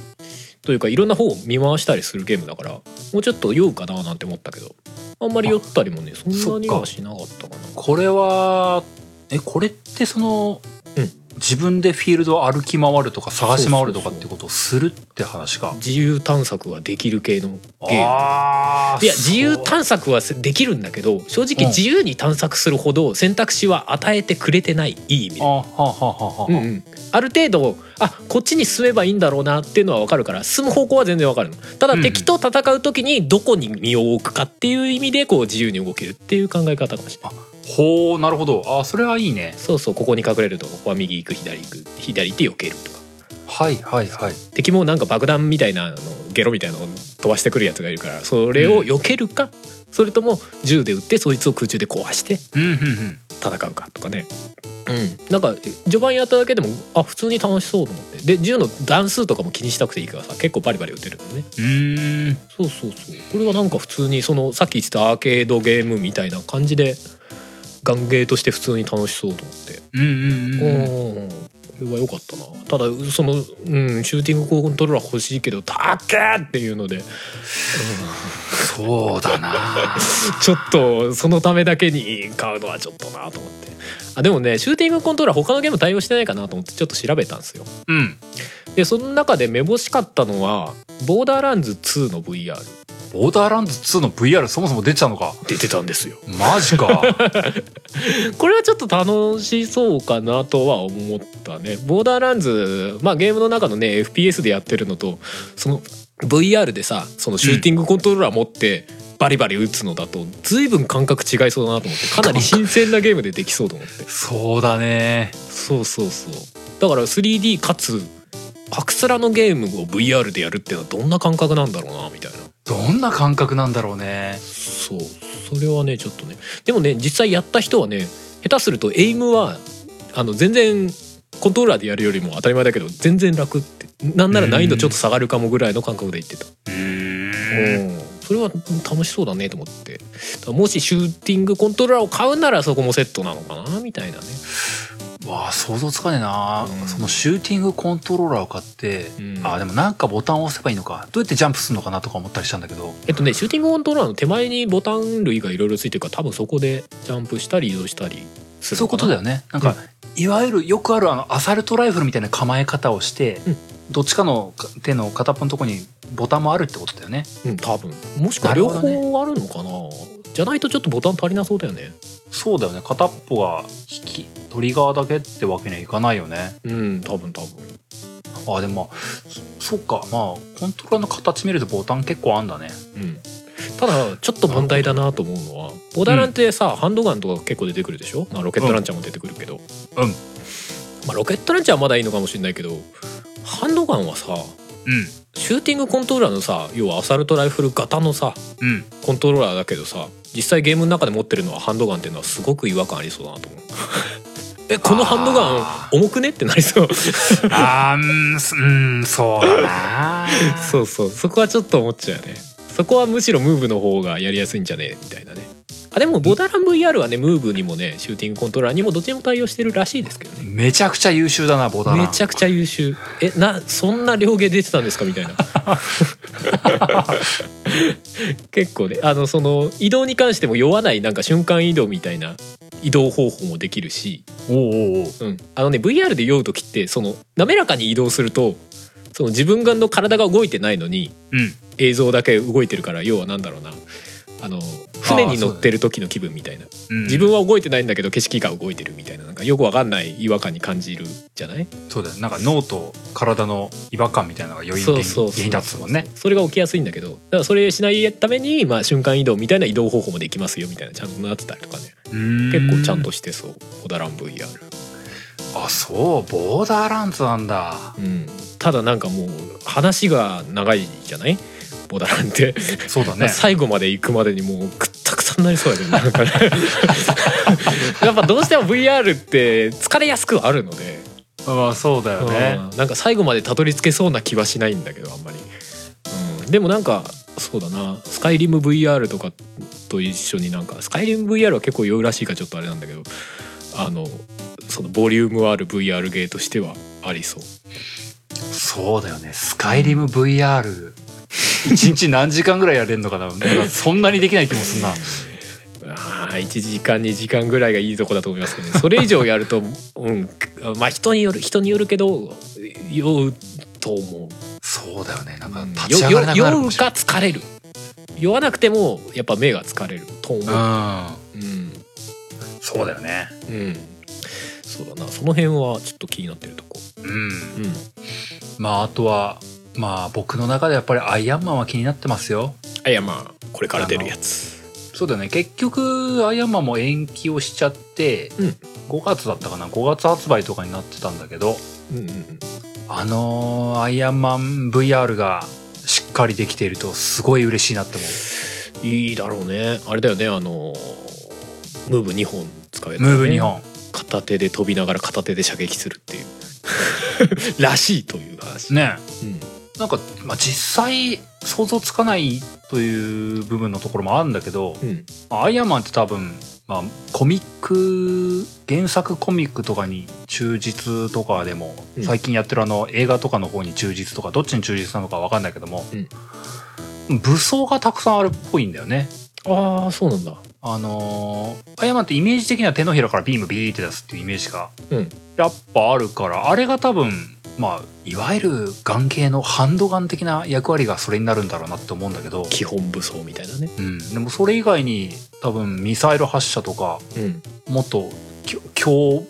というかいろんな方を見回したりするゲームだからもうちょっと酔うかななんて思ったけどあんまり酔ったりもねそんなにそっはかしなかったかなこれはえこれってその、うん自分でフィールドを歩き回るとか探し回るとかってことをするって話か自由探索ができる系のゲームあーいや自由そう探索はせできるんだけど正うん直自由に探索するほど選択肢は与えてくれてないいい意味であはははは、うんうん、ある程度あこっちに進めばいいんだろうなっていうのは分かるから進む方向は全然分かるのたうだんうん敵と戦う時にどこに身を置くかっていう意味でこう自由に動けるっていう考え方かもしれないほうなるほどあーそれはいいねそうそうここに隠れるとここは右行く左行く左行って避けるとかはいはいはい敵もなんか爆弾みたいなあのゲロみたいなのを飛ばしてくるやつがいるからそれを避けるか、それとも銃で撃ってそいつを空中で壊してうんうんうん戦うかとかねうん、なんか序盤やっただけでもあ普通に楽しそうと思ってで銃の段数とかも気にしなくていいからさ結構バリバリ打てるのねうーんそうそうそうこれはなんか普通にそのさっき言ってたアーケードゲームみたいな感じでガンゲーとして普通に楽しそうと思ってうんうんううんんこれは良かったなただその、うん、シューティングコントローラー欲しいけど「たっけ!」っていうのでそうだなちょっとそのためだけに買うのはちょっとなと思ってあでもねシューティングコントローラー他のゲーム対応してないかなと思ってちょっと調べたんですようんでその中でめぼしかったのは「ボーダーランズ2」の VR ボーダーランズ2の VR そもそも出ちゃうのか出てたんですよマジか これはちょっと楽しそうかなとは思ったね。ボーダーランズ、まあゲームの中のね、FPS でやってるのと、その VR でさ、そのシューティングコントローラー持って、バリバリ打つのだと随分感覚違いそうだなと思ってかなり新鮮なゲームでできそうと思ってそうだねそうそうそうだから 3D かつアクスラのゲームを VR でやるってのはどんな感覚なんだろうなみたいなどんな感覚なんだろうねそうそれはねちょっとねでもね実際やった人はね下手するとエイムはあの全然コントローラーでやるよりも当たり前だけど全然楽ってなんなら難易度ちょっと下がるかもぐらいの感覚で言ってたうーんうんそれは楽しそうだねと思ってだからもしシューティングコントローラーを買うならそこもセットなのかなみたいなねわあ想像つかねえな、うんそのシューティングコントローラーを買って、うんあでもなんかボタンを押せばいいのかどうやってジャンプするのかなとか思ったりしたんだけどえっとねシューティングコントローラーの手前にボタン類がいろいろついてるから多分そこでジャンプしたり移動したりするそういうことだよよねなんか、うんいわゆるよくあるあのアサルトライフルみたいな構え方をして、うんどっちかの手の片っぽのとこにボタンもあるってことだよねうん多分もしくは両方あるのかなじゃないとちょっとボタン足りなそうだよねそうだよね片っぽが引きトリガーだけってわけにはいかないよねうん多分多分あでもそそっかまあコントローラーの形見るとボタン結構あんだねうんただちょっと問題だなと思うのはボーダーランってさ、ハンドガンとか結構出てくるでしょ、まあ、ロケットランチャーも出てくるけどうんまあ、ロケットランチャーはまだいいのかもしれないけどハンドガンはさうシューティングコントローラーのさ要はアサルトライフル型のさんうんコントローラーだけどさ実際ゲームの中で持ってるのはハンドガンっていうのはすごく違和感ありそうだなと思う えこのハンドガあン重くねってなりそう あーうんすうんそうだなそううそうそこはちょっと思っちゃうよねそこはむしろムーブの方がやりやすいんじゃねえみたいなねあでもボーダーラン VR はねムーブにもねシューティングコントローラーにもどっちにも対応してるらしいですけどねめちゃくちゃ優秀だなボタンめちゃくちゃ優秀えなそんな両芸出てたんですかみた いな結構ねあのその移動に関しても酔わないなんか瞬間移動みたいな移動方法もできるし、おうおうおううん、あのね VR で酔う時ってその滑らかに移動するとその自分の体が動いてないのにうん映像だけ動いてるから要はなんだろうなあの船に乗ってる時の気分みたいうな、ん自分は動いてないんだけど景色が動いてるみたいななんかよくわかんない違和感に感じるじゃないそうだよなんか脳と体の違和感みたいなのが余韻そでうそうそう原因だっつうもんねそれが起きやすいんだけどだからそれしないために、まあ、瞬間移動みたいな移動方法もできますよみたいなちゃんとなってたりとかね結結構ちゃんとしてそうボダラン VR、あそうボーダーランズなんだうん、ただなんかもう話が長いじゃないボダランって、そうだね最後まで行くまでにもうくったくさになりそうだけどなん かねやっぱどうしても VR って疲れやすくはあるので、あそうだよねうんなんか最後までたどり着けそうな気はしないんだけどあんまり、うん、でもなんかそうだなスカイリム VR とかと一緒になんかスカイリム VR は結構酔うらしいからちょっとあれなんだけどあのそのボリュームある VR ゲーとしてはありそうそうだよねスカイリム VR 一日何時間ぐらいやれんのかななんかそんなにできない気もすんなあー1時間2時間ぐらいがいいとこだと思います けどねそれ以上やるとうんまあ人による人によるけど酔うと思うそうだよねなんうかん立ち上がれなくなるよか酔もうしれか疲れる酔わなくてもやっぱ目が疲れると思うないうんうんそうだよねうん、そうだなその辺はちょっと気になってるとこうんうんまああとはまあ僕の中でやっぱりアイアンマンは気になってますよあいやまあこれから出るやつそうだよね結局アイアンマンも延期をしちゃって、うん5月だったかな5月発売とかになってたんだけどうんうんうんあのーアイアンマン VR がしっかりできているとすごい嬉しいなって思ういいだろうねあれだよねあのムーブ2本使える、ね、ムーブ2本片手で飛びながら片手で射撃するっていう らしいという話、ねうんなんか、まあ、実際想像つかないという部分のところもあるんだけどうんまあアイアンマンって多分、まあ、コミック原作コミックとかに忠実とかでも、うん最近やってるあの映画とかの方に忠実とかどっちに忠実なのか分かんないけども、武装がたくさんあるっぽいんだよね。ああそうなんだあのーアイアンマンってイメージ的には手のひらからビームビーって出すっていうイメージがうんやっぱあるからあれが多分まあいわゆる眼系のハンドガン的な役割がそれになるんだろうなって思うんだけど、基本武装みたいなねうん、でもそれ以外に多分ミサイル発射とかうんもっと強強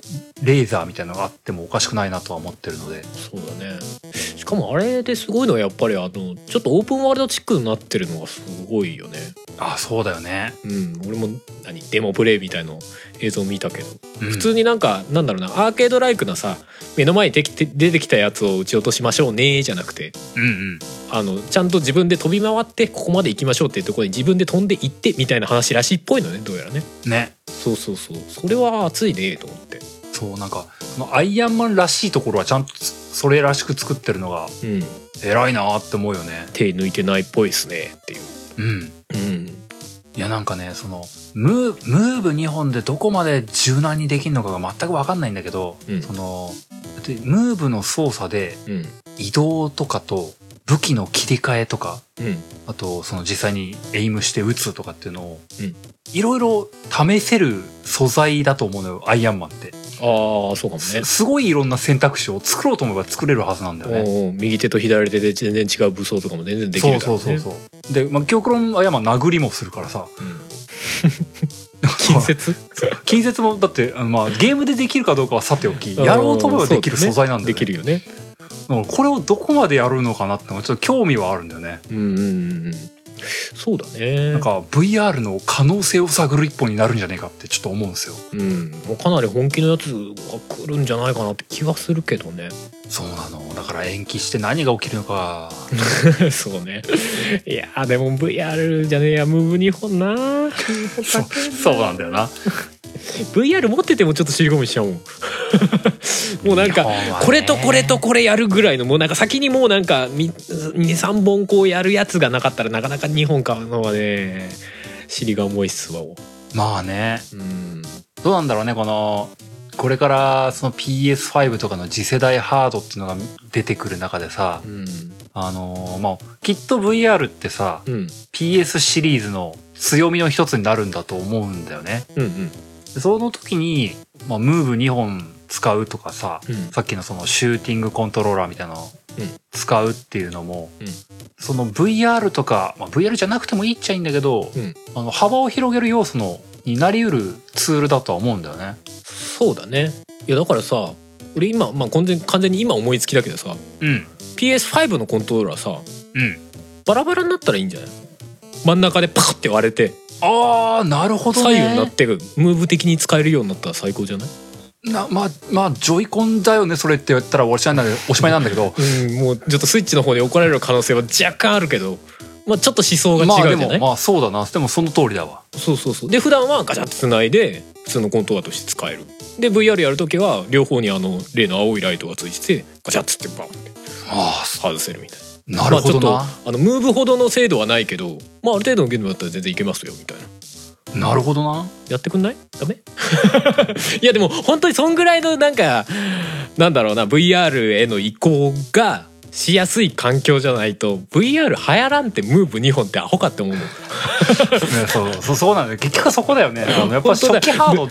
レーザーみたいなのがあってもおかしくないなとは思ってるのでそうだねしかもあれですごいのはやっぱりあのちょっとオープンワールドチックになってるのがすごいよねあそうだよね、うん俺も何デモプレイみたいの映像見たけどうん普通になんか、なんだろうなアーケードライクなさ目の前にできて出てきたやつを撃ち落としましょうねじゃなくてうんうんあのちゃんと自分で飛び回ってここまで行きましょうっていうところに自分で飛んで行ってみたいな話らしいっぽいのねどうやらねねそうそうそうそれは熱いねと思ってそうなんかそのアイアンマンらしいところはちゃんとつそれらしく作ってるのがうん偉いなって思うよね手抜いてないっぽいですねっていううんうんいやなんかねそのムームーブ2本でどこまで柔軟にできるのかが全く分かんないんだけど、うんそのだってムーブの操作でうん移動とかと武器の切り替えとかうんあとその実際にエイムして撃つとかっていうのを、うんいろいろ試せる素材だと思うのよアイアンマンって、ああそうかもねすすごいいろんな選択肢を作ろうと思えば作れるはずなんだよねおうおう右手と左手で全然違う武装とかも全然できそるうからそうねそうそうで、まあ、極論アイアンマン殴りもするからさうん 近接近接もだってあのまあゲームでできるかどうかはさておきやろうと思えばできる素材なんだよねできるよねだからこれをどこまでやるのかなってのがちょっと興味はあるんだよねうんうんうんうんそうだねなんか VR の可能性を探る一歩になるんじゃねえかってちょっと思うんですようん、もうかなり本気のやつが来るんじゃないかなって気はするけどねそうなのだから延期して何が起きるのか そうねいやーでも VR じゃねえやムーブ日本なー そそうなんだよな VR 持っててもちょっと尻込みしちゃうも んもうなん日か本はねこれとこれとこれやるぐらいのもうなんか先にもうなんか23本こうやるやつがなかったらなかなか2本買うのはね尻が重いっすわまあねうんどうなんだろうねこのこれからその PS5 とかの次世代ハードっていうのが出てくる中でさうんあのーまあきっと VR ってさうん PS シリーズの強みの一つになるんだと思うんだよねうんうんでその時に、まあ、ムーブ2本使うとかさうんさっきのそのシューティングコントローラーみたいなのをうん使うっていうのも、うんその VR とか、まあ、VR じゃなくてもいいっちゃいいんだけど、うんあの幅を広げる要素のになりうるツールだとは思うんだよね。そうだねいやだからさ俺今、まあ、完全完全に今思いつきだけどさうん。 PS5 のコントローラーさうん。バラバラになったらいいんじゃない真ん中でパカッて割れてあー、なるほど左右になっね。てムーブ的に使えるようになったら最高じゃない。なまあ、まあ、ジョイコンだよね、それって言ったらおしまいなんだけど、おしまいなんだけどうんもうちょっとスイッチの方に怒られる可能性は若干あるけど、まあ、ちょっと思想がまあ違でうじゃなも、い、まあそうだな。でもその通りだわ。そうそうそうで普段はガチャッとつないで普通のコントローラーとして使えるで VR やるときは両方にあの例の青いライトがついててガチャッつってバーンってああ、外せるみたいな。なるほどな。まあ、ちょっとあのムーブほどの精度はないけど、まあ、ある程度のゲームだったら全然いけますよみたいななるほどな。やってくんないダメ いやでも本当にそんぐらいのなんかなんだろうな VR への移行がしやすい環境じゃないと VR 流行らんってムーブ2本ってアホかって思うのね、そうそうそうなんだよ結局そこだよねあのやっぱ本当だ初期ハード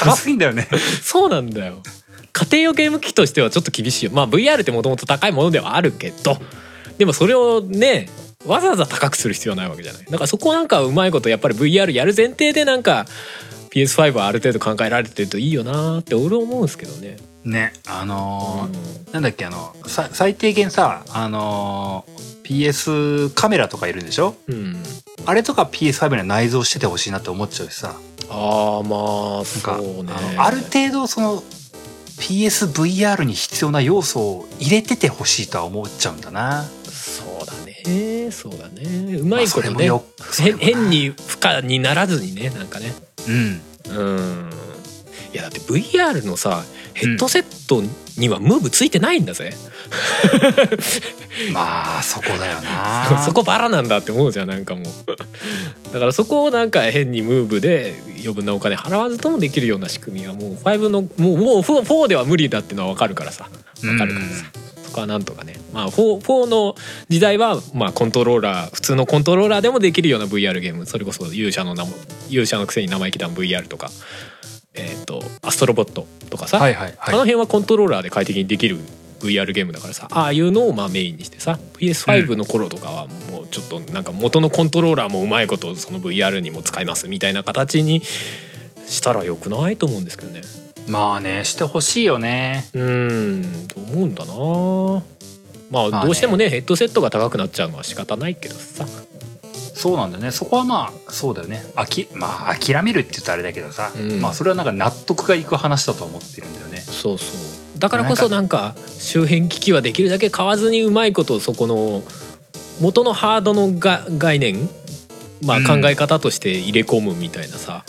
高すぎんだよねそうなんだよ家庭用ゲーム機としてはちょっと厳しいよまあ VR ってもともと高いものではあるけどでもそれをねわざわざ高くする必要はないわけじゃないだからそこはなんかうまいことやっぱり VR やる前提でなんか PS5 はある程度考えられてるといいよなーって俺は思うんですけどね、ねあのーうなんだっけあのさ最低限さあのー PS カメラとかいるんでしょんうん、あれとか PS5 には内蔵しててほしいなって思っちゃうしさああなまあんか、そうねあのある程度その PSVR に必要な要素を入れててほしいとは思っちゃうんだな、そうだねそうだねうままあいこそれともね、よそれ変も 変に負荷にならずにねなんかねうんうんいやだって VR のさヘッドセットにはムーブついてないんだぜ、まあそこだよな そこバラなんだって思うじゃんなんかもう だからそこをなんか変にムーブで余分なお金払わずともできるような仕組みはもう5のもうもう4 4では無理だってのは分かるからさ分かるからさ、そこはなんとかね、まあ、4, 4の時代はまあコントローラー普通のコントローラーでもできるような VR ゲームそれこそ勇者の名も勇者のくせに生意気だ VR とか、えー、とアストロボットとかさ、はいはいあのは辺はコントローラーで快適にできる VR ゲームだからさああいうのをまあメインにしてさ PS5 の頃とかはもうちょっとなんか元のコントローラーもうまいことその VR にも使いますみたいな形にしたらよくないと思うんですけどねいまあねしてほしいよねうーんと思うんだなままああねどうしてもねヘッドセットが高くなっちゃうのは仕方ないけどさそうなんだよねそこはまあそうだよねあき、まあ、諦めるって言ったらあれだけどさ、うんまあそれはなんか納得がいく話だと思ってるんだよねそうそうだからこそなんか周辺機器はできるだけ買わずにうまいことそこの元のハードのが概念、まあ、うん考え方として入れ込むみたいなさ、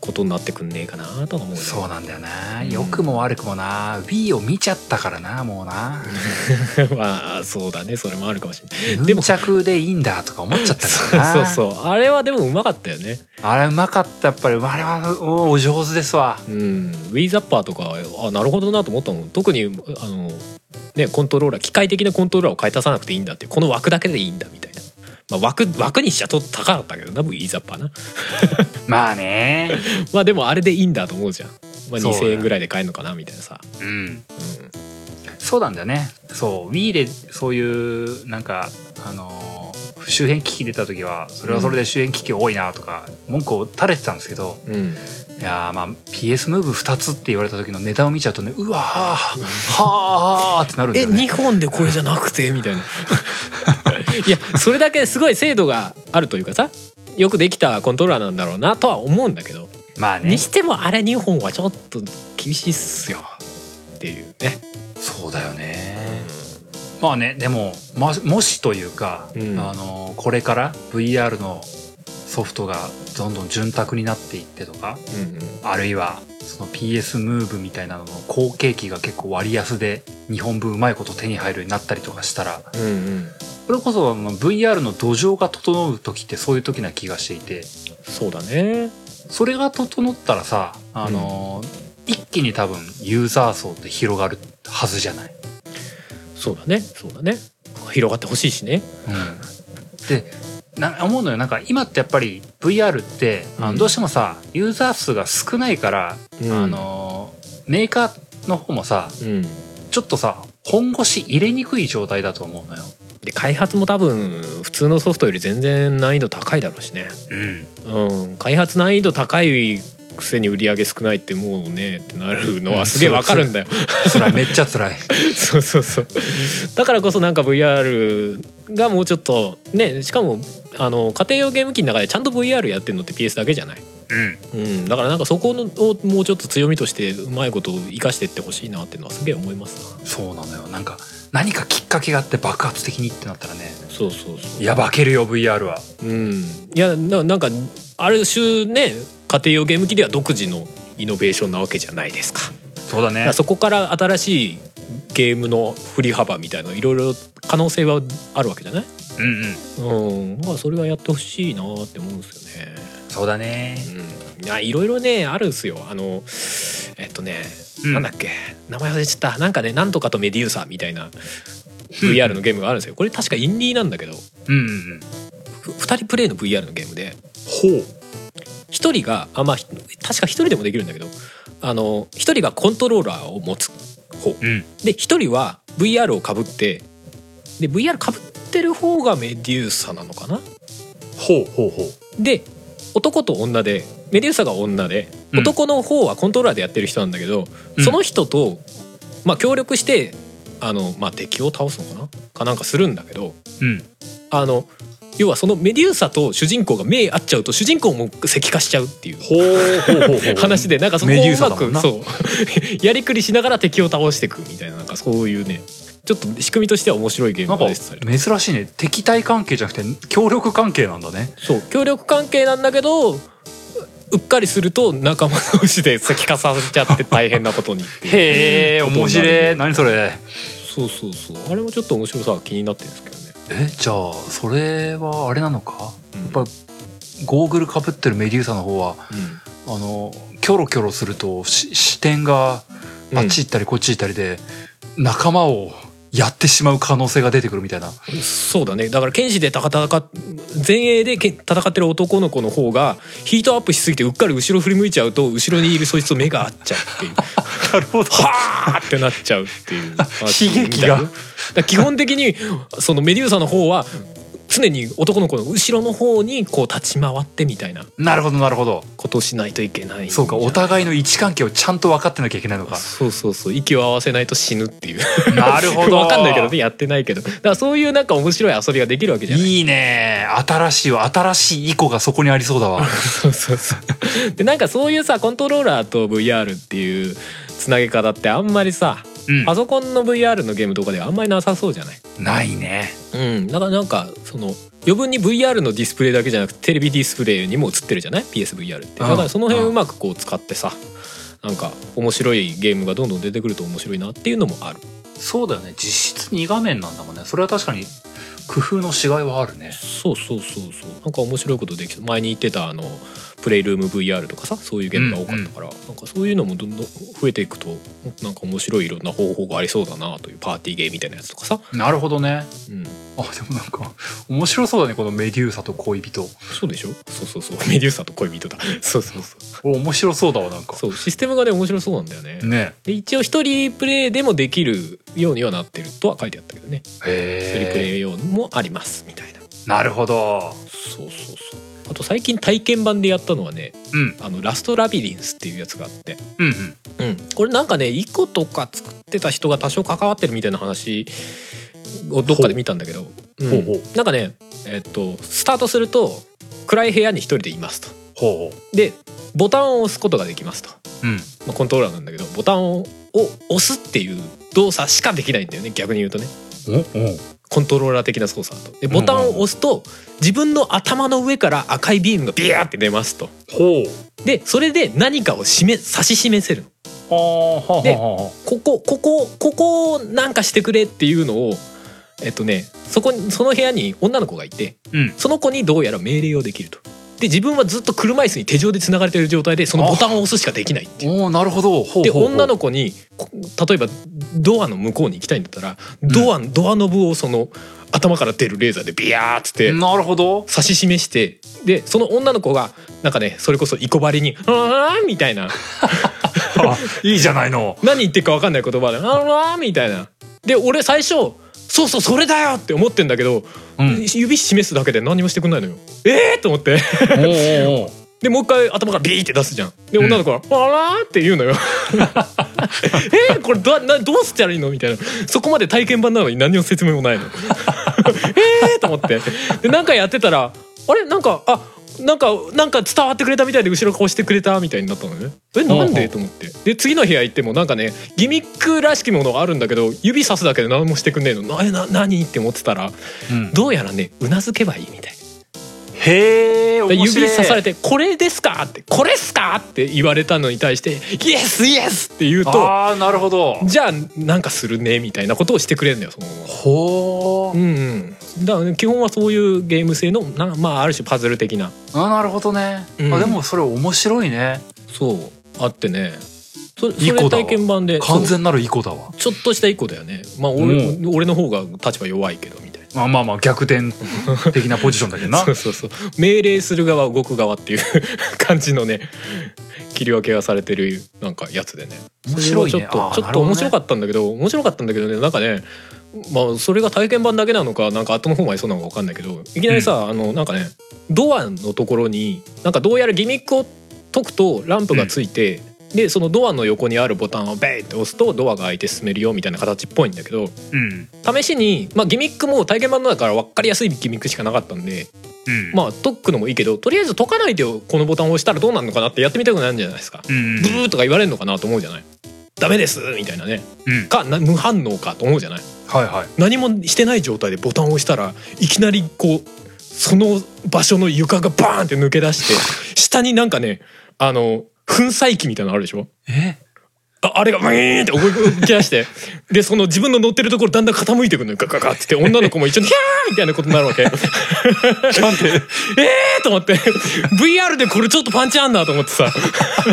ことになってくんねえかなとは思うねそうなんだよなうん良くも悪くもな Wii を見ちゃったからなもうな まあそうだねそれもあるかもしれないで無も着 でいいんだとか思っちゃったかそうらそなうそうあれはでもうまかったよねあれうまかったやっぱりあれはおお上手ですわうんウィーザッパーとかあなるほどなと思ったもん特にあのねコントローラー機械的なコントローラーを買い足さなくていいんだってこの枠だけでいいんだみたいな、まあ、枠枠にしちゃちょっと高かったけどなウィーザッパーなまあねまあでもあれでいいんだと思うじゃん、まあ、そう2,000円ぐらいで買えるのかなみたいなさ、うんうんそうなんだよねそう Wii でそういうなんかあのー周辺機器出た時はそれはそれで周辺機器多いなとか文句を垂れてたんですけど、うん、いやーまあ PS ムーブ2つって言われた時のネタを見ちゃうとねうわーはーってなるんだえよね2本でこれじゃなくてみ たいないやそれだけすごい精度があるというかさよくできたコントローラーなんだろうなとは思うんだけどまあねにしてもあれ2本はちょっと厳しいっすよっていうねそうだよねまあねでもまもしというか、うんあのこれから VR のソフトがどんどん潤沢になっていってとかうんあるいはその PS ムーブみたいなのの後継機が結構割安で日本分うまいこと手に入るようになったりとかしたらうんうんうんそれこそあの VR の土壌が整う時ってそういう時な気がしていてそうだねそれが整ったらさあのー、一気に多分ユーザー層って広がるはずじゃない。そうだねそうだね広がってほしいしねでな思うのよなんか今ってやっぱり VR って、あうのんどうしてもさユーザー数が少ないから、うんあのーメーカーの方もさうんちょっとさ本腰入れにくい状態だと思うのよ。で開発も多分普通のソフトより全然難易度高いだろうしねうん、うん、開発難易度高いくせに売り上げ少ないってもうねってなるのはすげえわかるんだよ、辛いめっちゃ 辛い。そうそうそうだからこそなんか VR がもうちょっとねしかもあの家庭用ゲーム機の中でちゃんと VR やってるのって PS だけじゃない、うん、うん、だからなんかそこのをもうちょっと強みとしてうまいことを生かしてってほしいなっていうのはすげえ思いますなそうなのよなんか何かきっかけがあって爆発的にってなったらねそうそうそうやばけるよ VR は。うんいやななんかある種ね家庭用ゲーム機では独自のイノベーションなわけじゃないですかそうだだかねらそこから新しいゲームの振り幅みたいないろいろ可能性はあるわけじゃないうんうんうんまあそれはやってほしいなって思うんですよねそうだね。うんいやいろいろねあるんすよあのえっとね、うんなんだっけ名前忘れちゃったなんかねなんとかとメデューサみたいな VR のゲームがあるんですよこれ確かインディーなんだけどうんうんうん。 2人プレイの VR のゲームでほう。 1人があまあひ確か1人でもできるんだけどあの1人がコントローラーを持つ方うんで一人は VR をかぶってで VR かぶってる方がメデューサなのかなほうほうほう。で男と女でメデューサが女でうん男の方はコントローラーでやってる人なんだけど、うんその人と、まあ、協力してあの、まあ、敵を倒すのかなかなんかするんだけどうん。あの要はそのメデューサと主人公が目合っちゃうと主人公も石化しちゃうっていう。ほうほうほう ほう。話でなんかそこをメデューうサだまもんくなそう やりくりしながら敵を倒していくみたいななんかそういうねちょっと仕組みとしては面白いゲーなんムかです珍しいね敵対関係じゃなくて協力関係なんだねそう協力関係なんだけどうっかりすると仲間同士で石化させちゃって大変なことに へえ面白ことになるえ何それそうそうそうあれもちょっと面白さが気になってるんですけどねえじゃあそれはあれなのかうんやっぱゴーグルかぶってるメデューサの方はあのキョロキョロするとし視点があっち行ったりこっち行ったりで、仲間をやってしまう可能性が出てくるみたいなうんそうだねだから剣士で戦っ前衛でけん戦ってる男の子の方がヒートアップしすぎてうっかり後ろ振り向いちゃうと後ろにいるそいつと目が合っちゃうっていう なるほどはあってなっちゃうってい う悲劇がだから基本的にそのメデューサの方は常に男の子の後ろの方にこう立ち回ってみたいななるほどなるほどことをしないといけないそうかおた互いの位置関係をちゃんと分かってなきゃいけないのかそうそうそう息を合わせないと死ぬっていうなるほど わかんないけどねやってないけどだからそういうなんか面白い遊びができるわけじゃないいいね新しいわ新しいイコがそこにありそうだわそうそうそう でなんかそういうさコントローラーと VR っていうつなげ方ってあんまりさ うんパソコンの VR のゲームとかではあんまりなさそうじゃないないねうん、だからなんかその余分に VR のディスプレイだけじゃなくてテレビディスプレイにも映ってるじゃない PSVR ってうんだからその辺をうまくこう使ってさなんか面白いゲームがどんどん出てくると面白いなっていうのもあるそうだよね実質2画面なんだもんねそれは確かに工夫の違いはあるねそうそうそうそうなんか面白いことできそう前に言ってたあのプレイルーム VR とかさそういうゲームが多かったから、なんかそういうのもどんどん増えていくとなんか面白いいろんな方法がありそうだなというパーティーゲームみたいなやつとかさ、なるほどねうん、あでもなんか面白そうだねこのメデューサと恋人そうでしょそうそう そうメデューサと恋人だそうそうそうお面白そうだわなんかそうシステムがね面白そうなんだよねねで一応一人プレイでもできるようにはなってるとは書いてあったけどね一人プへレイ用もありますみたいななるほど。そうそうそうあと最近体験版でやったのはねうん。あのラストラビリンスっていうやつがあって、うんうん。うん、これなんかねイコとか作ってた人が多少関わってるみたいな話をどっかで見たんだけど、うんほうほうなんかねえっとスタートすると暗い部屋に一人でいますとほでボタンを押すことができますと、う。うん。まあ、コントローラーなんだけどボタンをを押すっていう動作しかできないんだよね逆に言うとねおおコントローラー的な操作だとでボタンを押すと自分の頭の上から赤いビームがビヤーって出ますとほう。でそれで何かを示指し示せるのああ、はあ、ではここここここをなんかしてくれっていうのをえっとねそこにその部屋に女の子がいてあ。うん。その子にどうやら命令をできるとで自分はずっと車椅子に手錠でつながれてる状態でそのボタンを押すしかできないっていうおおなるほど。ほうでほうほう女の子にこ例えばドアの向こうに行きたいんだったらドア,、ドアノブをその頭から出るレーザーでビヤーっつってなるほ ど。指し示してでその女の子がなんかねそれこそイコバリに「あー」みたいなあいいじゃないの。何言ってるか分かんない言葉で「あー」みたいなで俺最初「そうそうそれだよ!」って思ってんだけど、うん。指示すだけで何もしてくんないのよええー、と思っておーおーおーでもう一回頭からビーって出すじゃんでうん女の子が「あら?」って言う のよえー、これどなどうしたらいいのみたいなそこまで体験版なのに何の説明もないの ええと思ってでなんかやってたらあれなんかあなんかなんか伝わってくれたみたいで後ろから押してくれたみたいになったのねえなんほうほでうと思ってで次の部屋行ってもなんかねギミックらしきものがあるんだけど指さすだけで何もしてくんねえのなえな何って思ってたらうんどうやらねうなずけばいいみたいへえ。で面白い指さされて「これですか?」って「これっすか?」って言われたのに対して「イエスイエス!」って言うとああ、なるほど「。じゃあなんかするね」みたいなことをしてくれるんだよそのまま。ほううんうん、だからね基本はそういうゲーム性のな、まあ、ある種パズル的なあなるほどね、うんあでもそれ面白いねそうあってねそそいい子れだわ体験版で完そう全なるイコだわちょっとした一個だよねまあ俺,、う俺の方が立場弱いけどみたいなまあまあまあ逆転的なポジションだけどなそうそうそう命令する側動く側っていう 感じのね切り分けがされてるなんかやつでね面白いそれねはちょっあーとちょなるほっとどね面白かったんだけど面白かったんだけどねなんかねまあそれが体験版だけなのかなんか後の方までそうなのか分かんないけどいきなりさ、あのなんかねドアのところになんかどうやらギミックを解くとランプがついて、でそのドアの横にあるボタンをベーって押すとドアが開いて進めるよみたいな形っぽいんだけどうん試しに、まあ、ギミックも体験版のだから分かりやすいギミックしかなかったんでうんまあ解くのもいいけどとりあえず解かないでよこのボタンを押したらどうなるのかなってやってみたくなるんじゃないですか。うんブーとか言われるのかなと思うじゃないダメですみたいなねうんかな無反応かと思うじゃないはいはい何もしてない状態でボタンを押したらいきなりこうその場所の床がバーンって抜け出して 下になんかねあの粉砕機みたいなのあるでしょえああれがウィーンって動き出してでその自分の乗ってるところだんだん傾いてくるのよガガガってって女の子も一緒に「ヒャー!」みたいなことになるわけえなんでーと思って VR でこれちょっとパンチあんなと思ってさで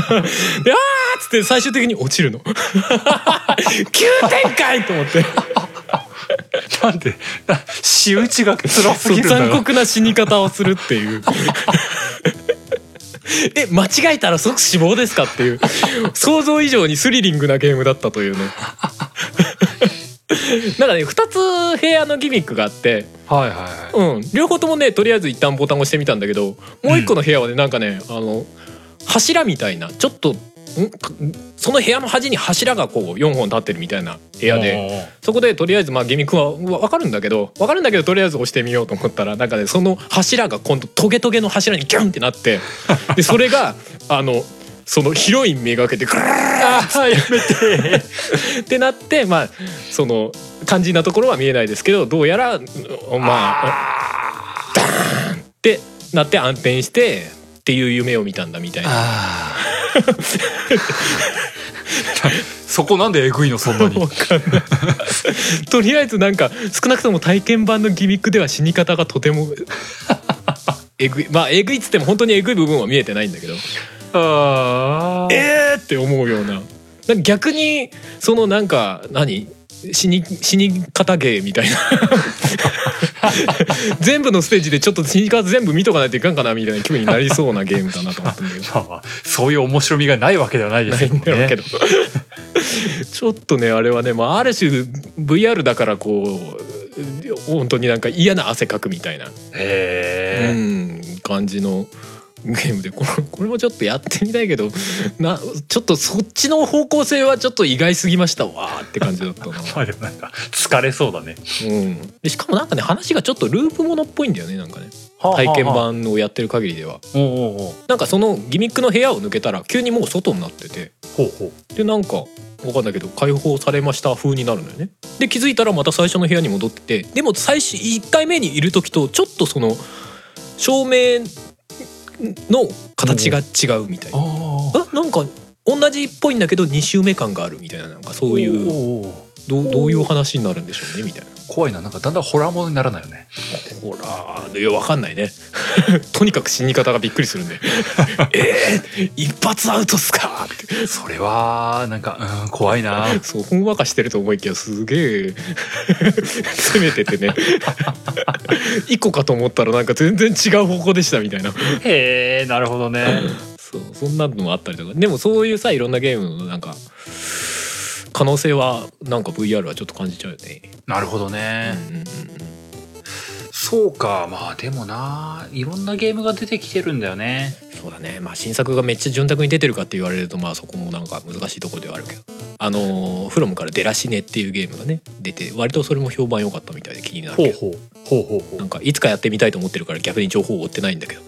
あーっつって最終的に落ちるの急展開と思ってなんでな仕打ちが辛すそうぎるんだ残よ酷な死に方をするっていうえ間違えたら即死亡ですかっていう想像以上にスリリングなゲームだったというねなんかね2つ部屋のギミックがあって、はいはいはうん、両方ともねとりあえず一旦ボタンを押してみたんだけどもう1個の部屋はねなんかねあの柱みたいなちょっとんその部屋の端に柱がこう4本立ってるみたいな部い屋で。そこでとりあえずまあギミックは分かるんだけど分かるんだけどとりあえず押してみようと思ったらなんかねその柱が今度トゲトゲの柱にギュンって なってでそれがあのそのヒロインめがけてグラああやめてーってなってまあその肝心なところは見えないですけどどうやらうんまああってなって暗転してっていう夢を見たんだみたいな。あー そこなんでえぐいのそんなにわかんないとりあえずなんか少なくとも体験版のギミックでは死に方がとてもえぐいまあえぐいっつっても本当にえぐい部分は見えてないんだけどあーえーって思うようななんか逆にそのなんか何死に死に方芸みたいな全部のステージでちょっと死に方全部見とかないといかんかなみたいな気分になりそうなゲームだなと思ったんだけどまあまあそういう面白みがないわけではないでなすいんだろうけけどねど、 ちょっとねあれはね、まあ、ある種 VR だからこう本当になんか嫌な汗かくみたいな、うへん、感じのゲームでこれこれもちょっとやってみたいけどなちょっとそっちの方向性はちょっと意外すぎましたわーって感じだったな、えまあでもなんか疲れそうだねうん、でしかもなんかね話がちょっとループものっぽいんだよねなんかね体験版をやってる限りではおうおうおうなんかそのギミックの部屋を抜けたら急にもう外になっててほうほうでなんかわかんないけど解放されました風になるのよねで気づいたらまた最初の部屋に戻っててでも最初1回目にいる時とちょっとその照明の形が違うみたいな、ああなんか同じっぽいんだけど2周目感があるみたいななんかそういううどうどういう話になるんでしょうねみたいな怖いななんかだんだんホラーものにならないよねほらいやわかんないね とにかく死に方がびっくりするん でえー、一発アウトっすかってそれはなんか、うん、怖いなそうほんわかしてると思いきやすげえ 攻めててね 一個かと思ったらなんか全然違う方向でしたみたいな へえなるほどねそうそんなのもあったりとかでもそういうさいろんなゲームのなんか可能性はなんか VR はちょっと感じちゃうよね、なるほどうね、んうんうんそうかまあでもないろんなゲームが出てきてるんだよねそうだねまあ新作がめっちゃ潤沢に出てるかって言われるとまあそこもなんか難しいところではあるけどあのーフロムから「デラシネ」っていうゲームがね出て割とそれも評判良かったみたいで気になるけどほうほうほうほなんかいつかやってみたいと思ってるから逆に情報を追ってない んだけど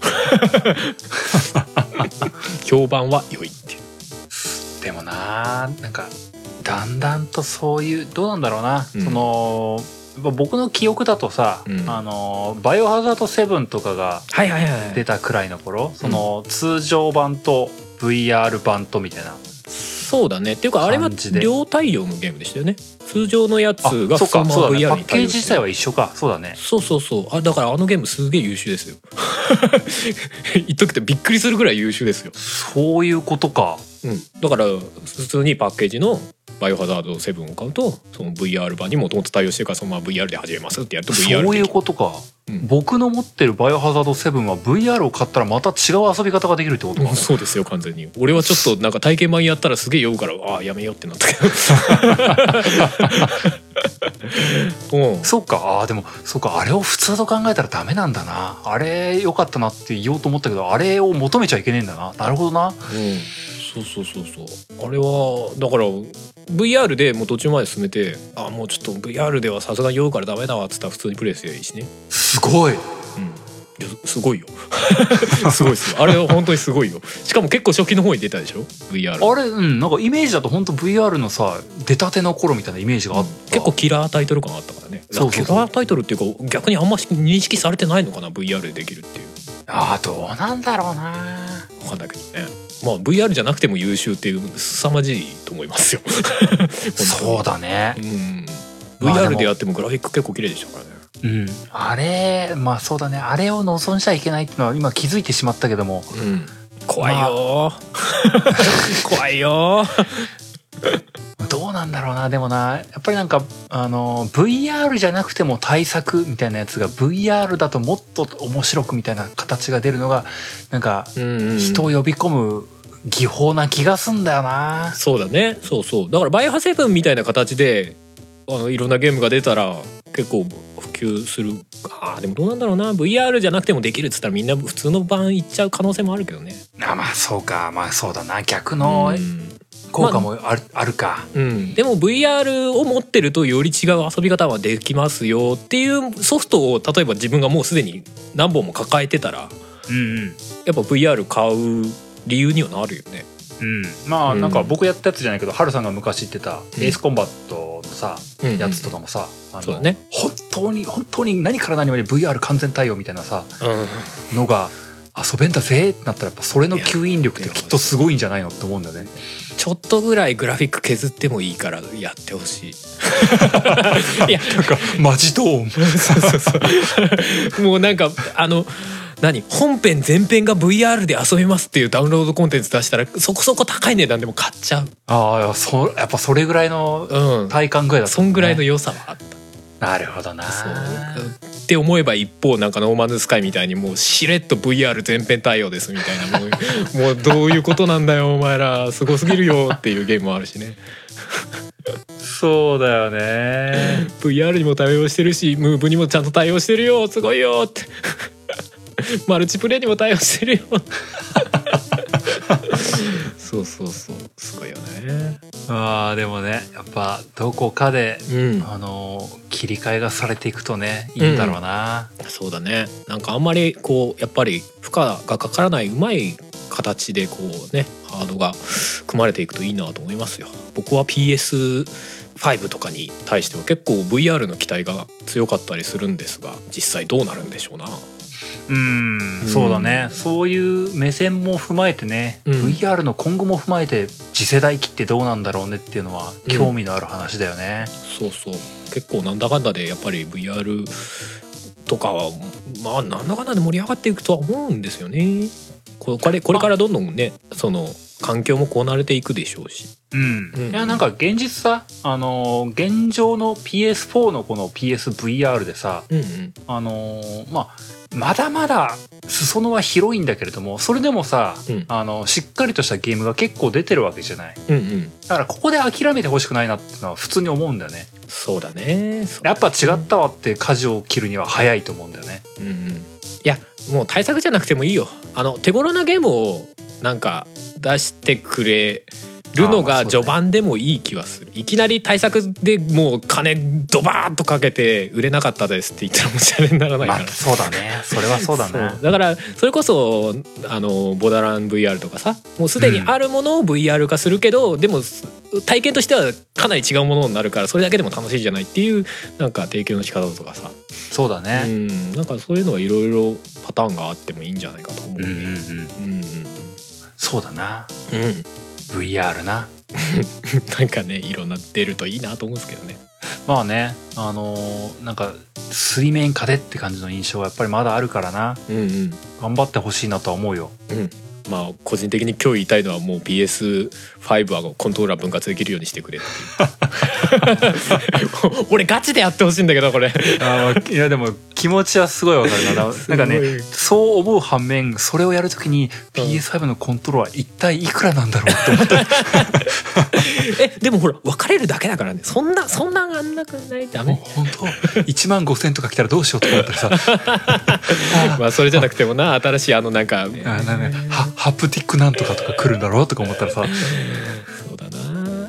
評判は良いっていうでもななんかだんだんとそういうどうなんだろうな、うんそのやっぱ僕の記憶だとさ、うんあのバイオハザード7とかがはいはいは出たくらいの頃、その通常版と VR 版とみたいなそうだねっていうかあれは感じで両対応のゲームでしたよね通常のやつあがそうそかのまそうだ、まね、パ VR にッケー対応ジし自て体るは一緒かそうだねそうそうそうあだからあのゲームすげえ優秀ですよ 言っとくとびっくりするぐらい優秀ですよ、そういうことかうん、だから普通にパッケージの「バイオハザード7」を買うとその VR 版にもともと対応してるからそのまま VR で始めますってやると VR そういでうことか、うん僕の持ってるバイオハザード7は VR を買ったらまた違う遊び方ができるってことか、そうですよ完全に俺はちょっとなんか体験版やったらすげえ酔うからああやめようってなったけど うんそうかあーでもそうかあれを普通と考えたらダメなんだなあれ良かったなって言おうと思ったけどあれを求めちゃいけねえんだななるほどなうん、そうそうそうそうあれはだから VR でもう途中まで進めてあもうちょっと VR ではさすがに酔うからダメだわっつったら普通にプレイすればいいしね、すごいうん、いやすごいよ すごいっすよあれは本当にすごいよしかも結構初期の方に出たでしょ VR あれうんなんかイメージだと本当 VR のさ出たての頃みたいなイメージがあった結構キラータイトル感あったからねそうそうそうキラータイトルっていうか逆にあんま認識されてないのかな VR でできるっていうあーどうなんだろうなわかんないけどねまあ VR じゃなくても優秀っていう凄まじいと思いますよそうだねう、んまあでも VR でやってもグラフィック結構綺麗でしたからねうん、あれまあそうだねあれを望んじゃいけないっていうのは今気づいてしまったけどもうん怖いよー 怖いよーどうなんだろうなでもなやっぱりなんかあの VR じゃなくても対策みたいなやつが VR だともっと面白くみたいな形が出るのがなんかうんうん人を呼び込む技法な気がすんだよな、そうだねそうそうだからバイオハセブンみたいな形であのいろんなゲームが出たら結構普及するあーでもどうなんだろうな VR じゃなくてもできるっつったらみんな普通の版いっちゃう可能性もあるけどねあまあそうかまあそうだな逆のうん効果もある,、あるかうん、でも VR を持ってるとより違う遊び方はできますよっていうソフトを例えば自分がもうすでに何本も抱えてたらうんうんやっぱ VR 買う理由にはなるよね。うん、まあ、うんなんか僕やったやつじゃないけどハルさんが昔言ってたうんエースコンバットのさ、うんやつとかもさ、あのそうだね本当に本当に何から何まで VR 完全対応みたいなさうのが遊べんだぜってなったらやっぱそれの吸引力っていやきっとすごいんじゃないのって思うんだよね ん、ちょっとぐらいグラフィック削ってもいいからやってほ しい。いやなんかマジト ーンそうそうそうもうなんかあの何本編全編が VR で遊べますっていうダウンロードコンテンツ出したらそこそこ高い値段でも買っちゃう。ああいやそやっぱそれぐらいのうん、体感ぐらいだったそねんぐらいの良さはあった。なるほどなそうって思えば一方なんかノーマンズスカイみたいにもうしれっと VR 全編対応ですみたいなもうもうどういうことなんだよお前らすごすぎるよっていうゲームもあるしねそうだよ ね VR にも対応してるしムーブにもちゃんと対応してるよすごいよって マルチプレイにも対応してるよそうそうそうすごいよねあーでもねやっぱどこかで、うんあのー切り替えがされていくとねいいんだろうな、そうだねなんかあんまりこうやっぱり負荷がかからないうまい形でこうねハードが組まれていくといいなと思いますよ僕は PS5 とかに対しては結構 VR の期待が強かったりするんですが実際どうなるんでしょうなうん、そうだねそういう目線も踏まえてね、うん VR の今後も踏まえて次世代機ってどうなんだろうねっていうのはうん興味のある話だよね、そうそう結構なんだかんだでやっぱり VR とかはまあなんだかんだで盛り上がっていくとは思うんですよねここれこれからどんどんねその環境もこう慣れていくでしょうしうんうんうんいやなんか現実さあのー現状の PS4 のこの PSVR でさうんうんあのーまあまだまだ裾野は広いんだけれどもそれでもさ、うんあのしっかりとしたゲームが結構出てるわけじゃないうんうんだからここで諦めてほしくないなってのは普通に思うんだよねそうだねそやっぱ違ったわって舵を切るには早いと思うんだよねうんうんいやもう対策じゃなくてもいいよあの手頃なゲームをなんか出してくれるのあーまあそうだがね序盤でもいい気はする、いきなり対策でもう金ドバーッとかけて売れなかったですって言ったらもうシャレにならないから、まあそうだねそれは そうだねそうだからそれこそあのボーダーラン VR とかさもうすでにあるものを VR 化するけど、でもす体験としてはかなり違うものになるからそれだけでも楽しいじゃないっていうなんか提供の仕方とかさ、そうだうねん、なんかそういうのはいろいろパターンがあってもいいんじゃないかと思ううんうんうね。んうんうんそうだなうん、うん VR ななんかねいろんな出るといいなと思うんですけどね。まあねあのーなんか水面下でって感じの印象はやっぱりまだあるからなうんうん頑張ってほしいなとは思うようん、まあ個人的に今日言いたいのはもう PS5 はコントローラー分割できるようにしてくれっていう 俺ガチでやってほしいんだけどこ れ あーいやでも気持ちはすごいわか るななんかねそう思う反面それをやるときに PS5 のコントローラー一体いくらなんだろうって思ったえでもほら別れるだけだからねそんなそんなあんなくない ダメ本当1万5千とか来たらどうしようとか思ったらさ あ まあそれじゃなくてもな新しいあのなんかーあーなんかハハプティックなんとかとか来るんだろうとか思ったらさそうだな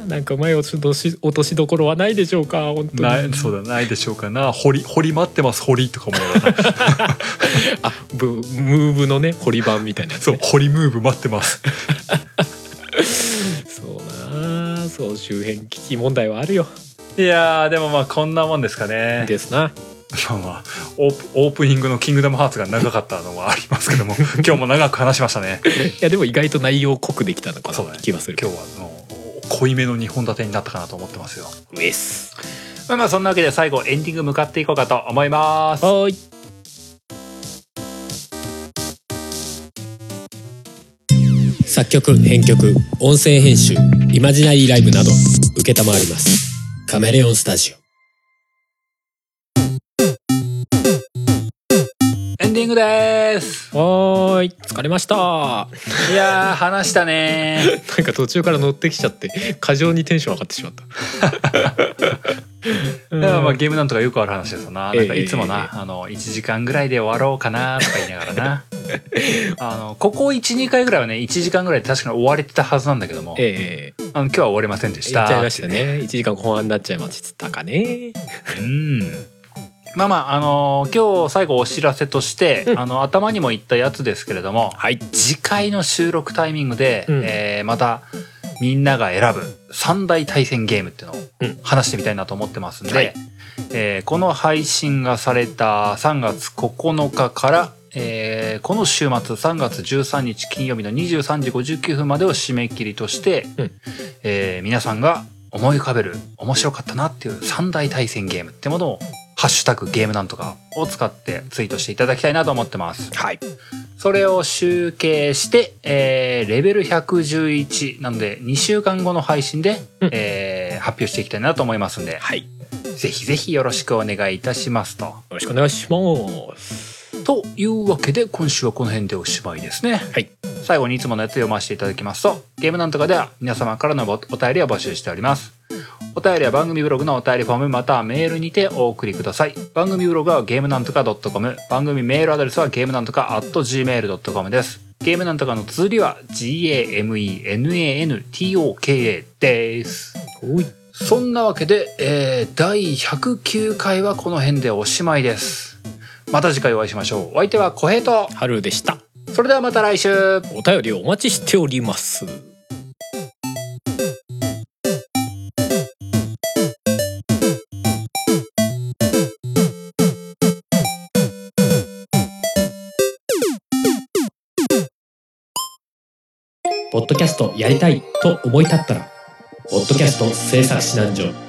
なんかうまい落とし落としどころはないでしょうか本当にないそうだないでしょうかな掘り掘り待ってます掘りとか思う からあブムーブのね掘り板みたいなやつ、そうね、掘りムーブ待ってます そうなあそう周辺危機問題はあるよいやーでもまあこんなもんですかねですなまあまあオープオープニングの「キングダムハーツ」が長かったのはあります けども今日も長く話しましたねいやでも意外と内容濃くできたのかなそうっだてね気がする今日はあの濃いめの2本立てになったかなと思ってますよウエスまあまあそんなわけで最後エンディング向かっていこうかと思いますはーい作曲編曲音声編集イマジナリーライブなど承りますカメレオンスタジオエンディング ですはーい疲れましたないやー話したねんか途中から乗ってきちゃって過剰にテンション上がってしまった ーだからまあゲームなんとかよくある話ですよななんかええいつもな、あの1時間ぐらいで終わろうかなとか言いながら なあのここ12回ぐらいはね1時間ぐらいで確かに終われてたはずなんだけども、ええあの今日は終われませんでし言たっちゃいましたね1時間後半になっちゃいましたかねうんまあまあ、あのー今日最後お知らせとして、うんあの頭にも言ったやつですけれども、はい次回の収録タイミングで、うんえーまたみんなが選ぶ三大対戦ゲームっていうのをうん話してみたいなと思ってますんで、はいえーこの配信がされた3月9日から、えーこの週末3月13日金曜日の23時59分までを締め切りとして、うんえー皆さんが思い浮かべる面白かったなっていう三大対戦ゲームってものを「ハッシュタグゲームなんとか」を使ってツイートしていただきたいなと思ってます。はいそれを集計して、えーレベル111なので2週間後の配信で、うんえー発表していきたいなと思いますんで、はいよぜひぜひよろしくお願いいたしますと。ろしくお願いしますというわけで今週はこの辺でおしまいですね。はい最後にいつものやつ読ませていただきますと、ゲームなんとかでは皆様からのおお便りを募集しております。お便りは番組ブログのお便りフォームまたはメールにてお送りください。番組ブログはゲームなんとか .com。番組メールアドレスはゲームなんとか .gmail.com です。ゲームなんとかの綴りは gamenantoka です。おいそんなわけで、えー第109回はこの辺でおしまいです。また次回お会いしましょう。お相手は小平と、春でしたそれではまた来週お便りお待ちしておりますポッドキャストやりたいと思い立ったら、ポッドキャスト制作指南所。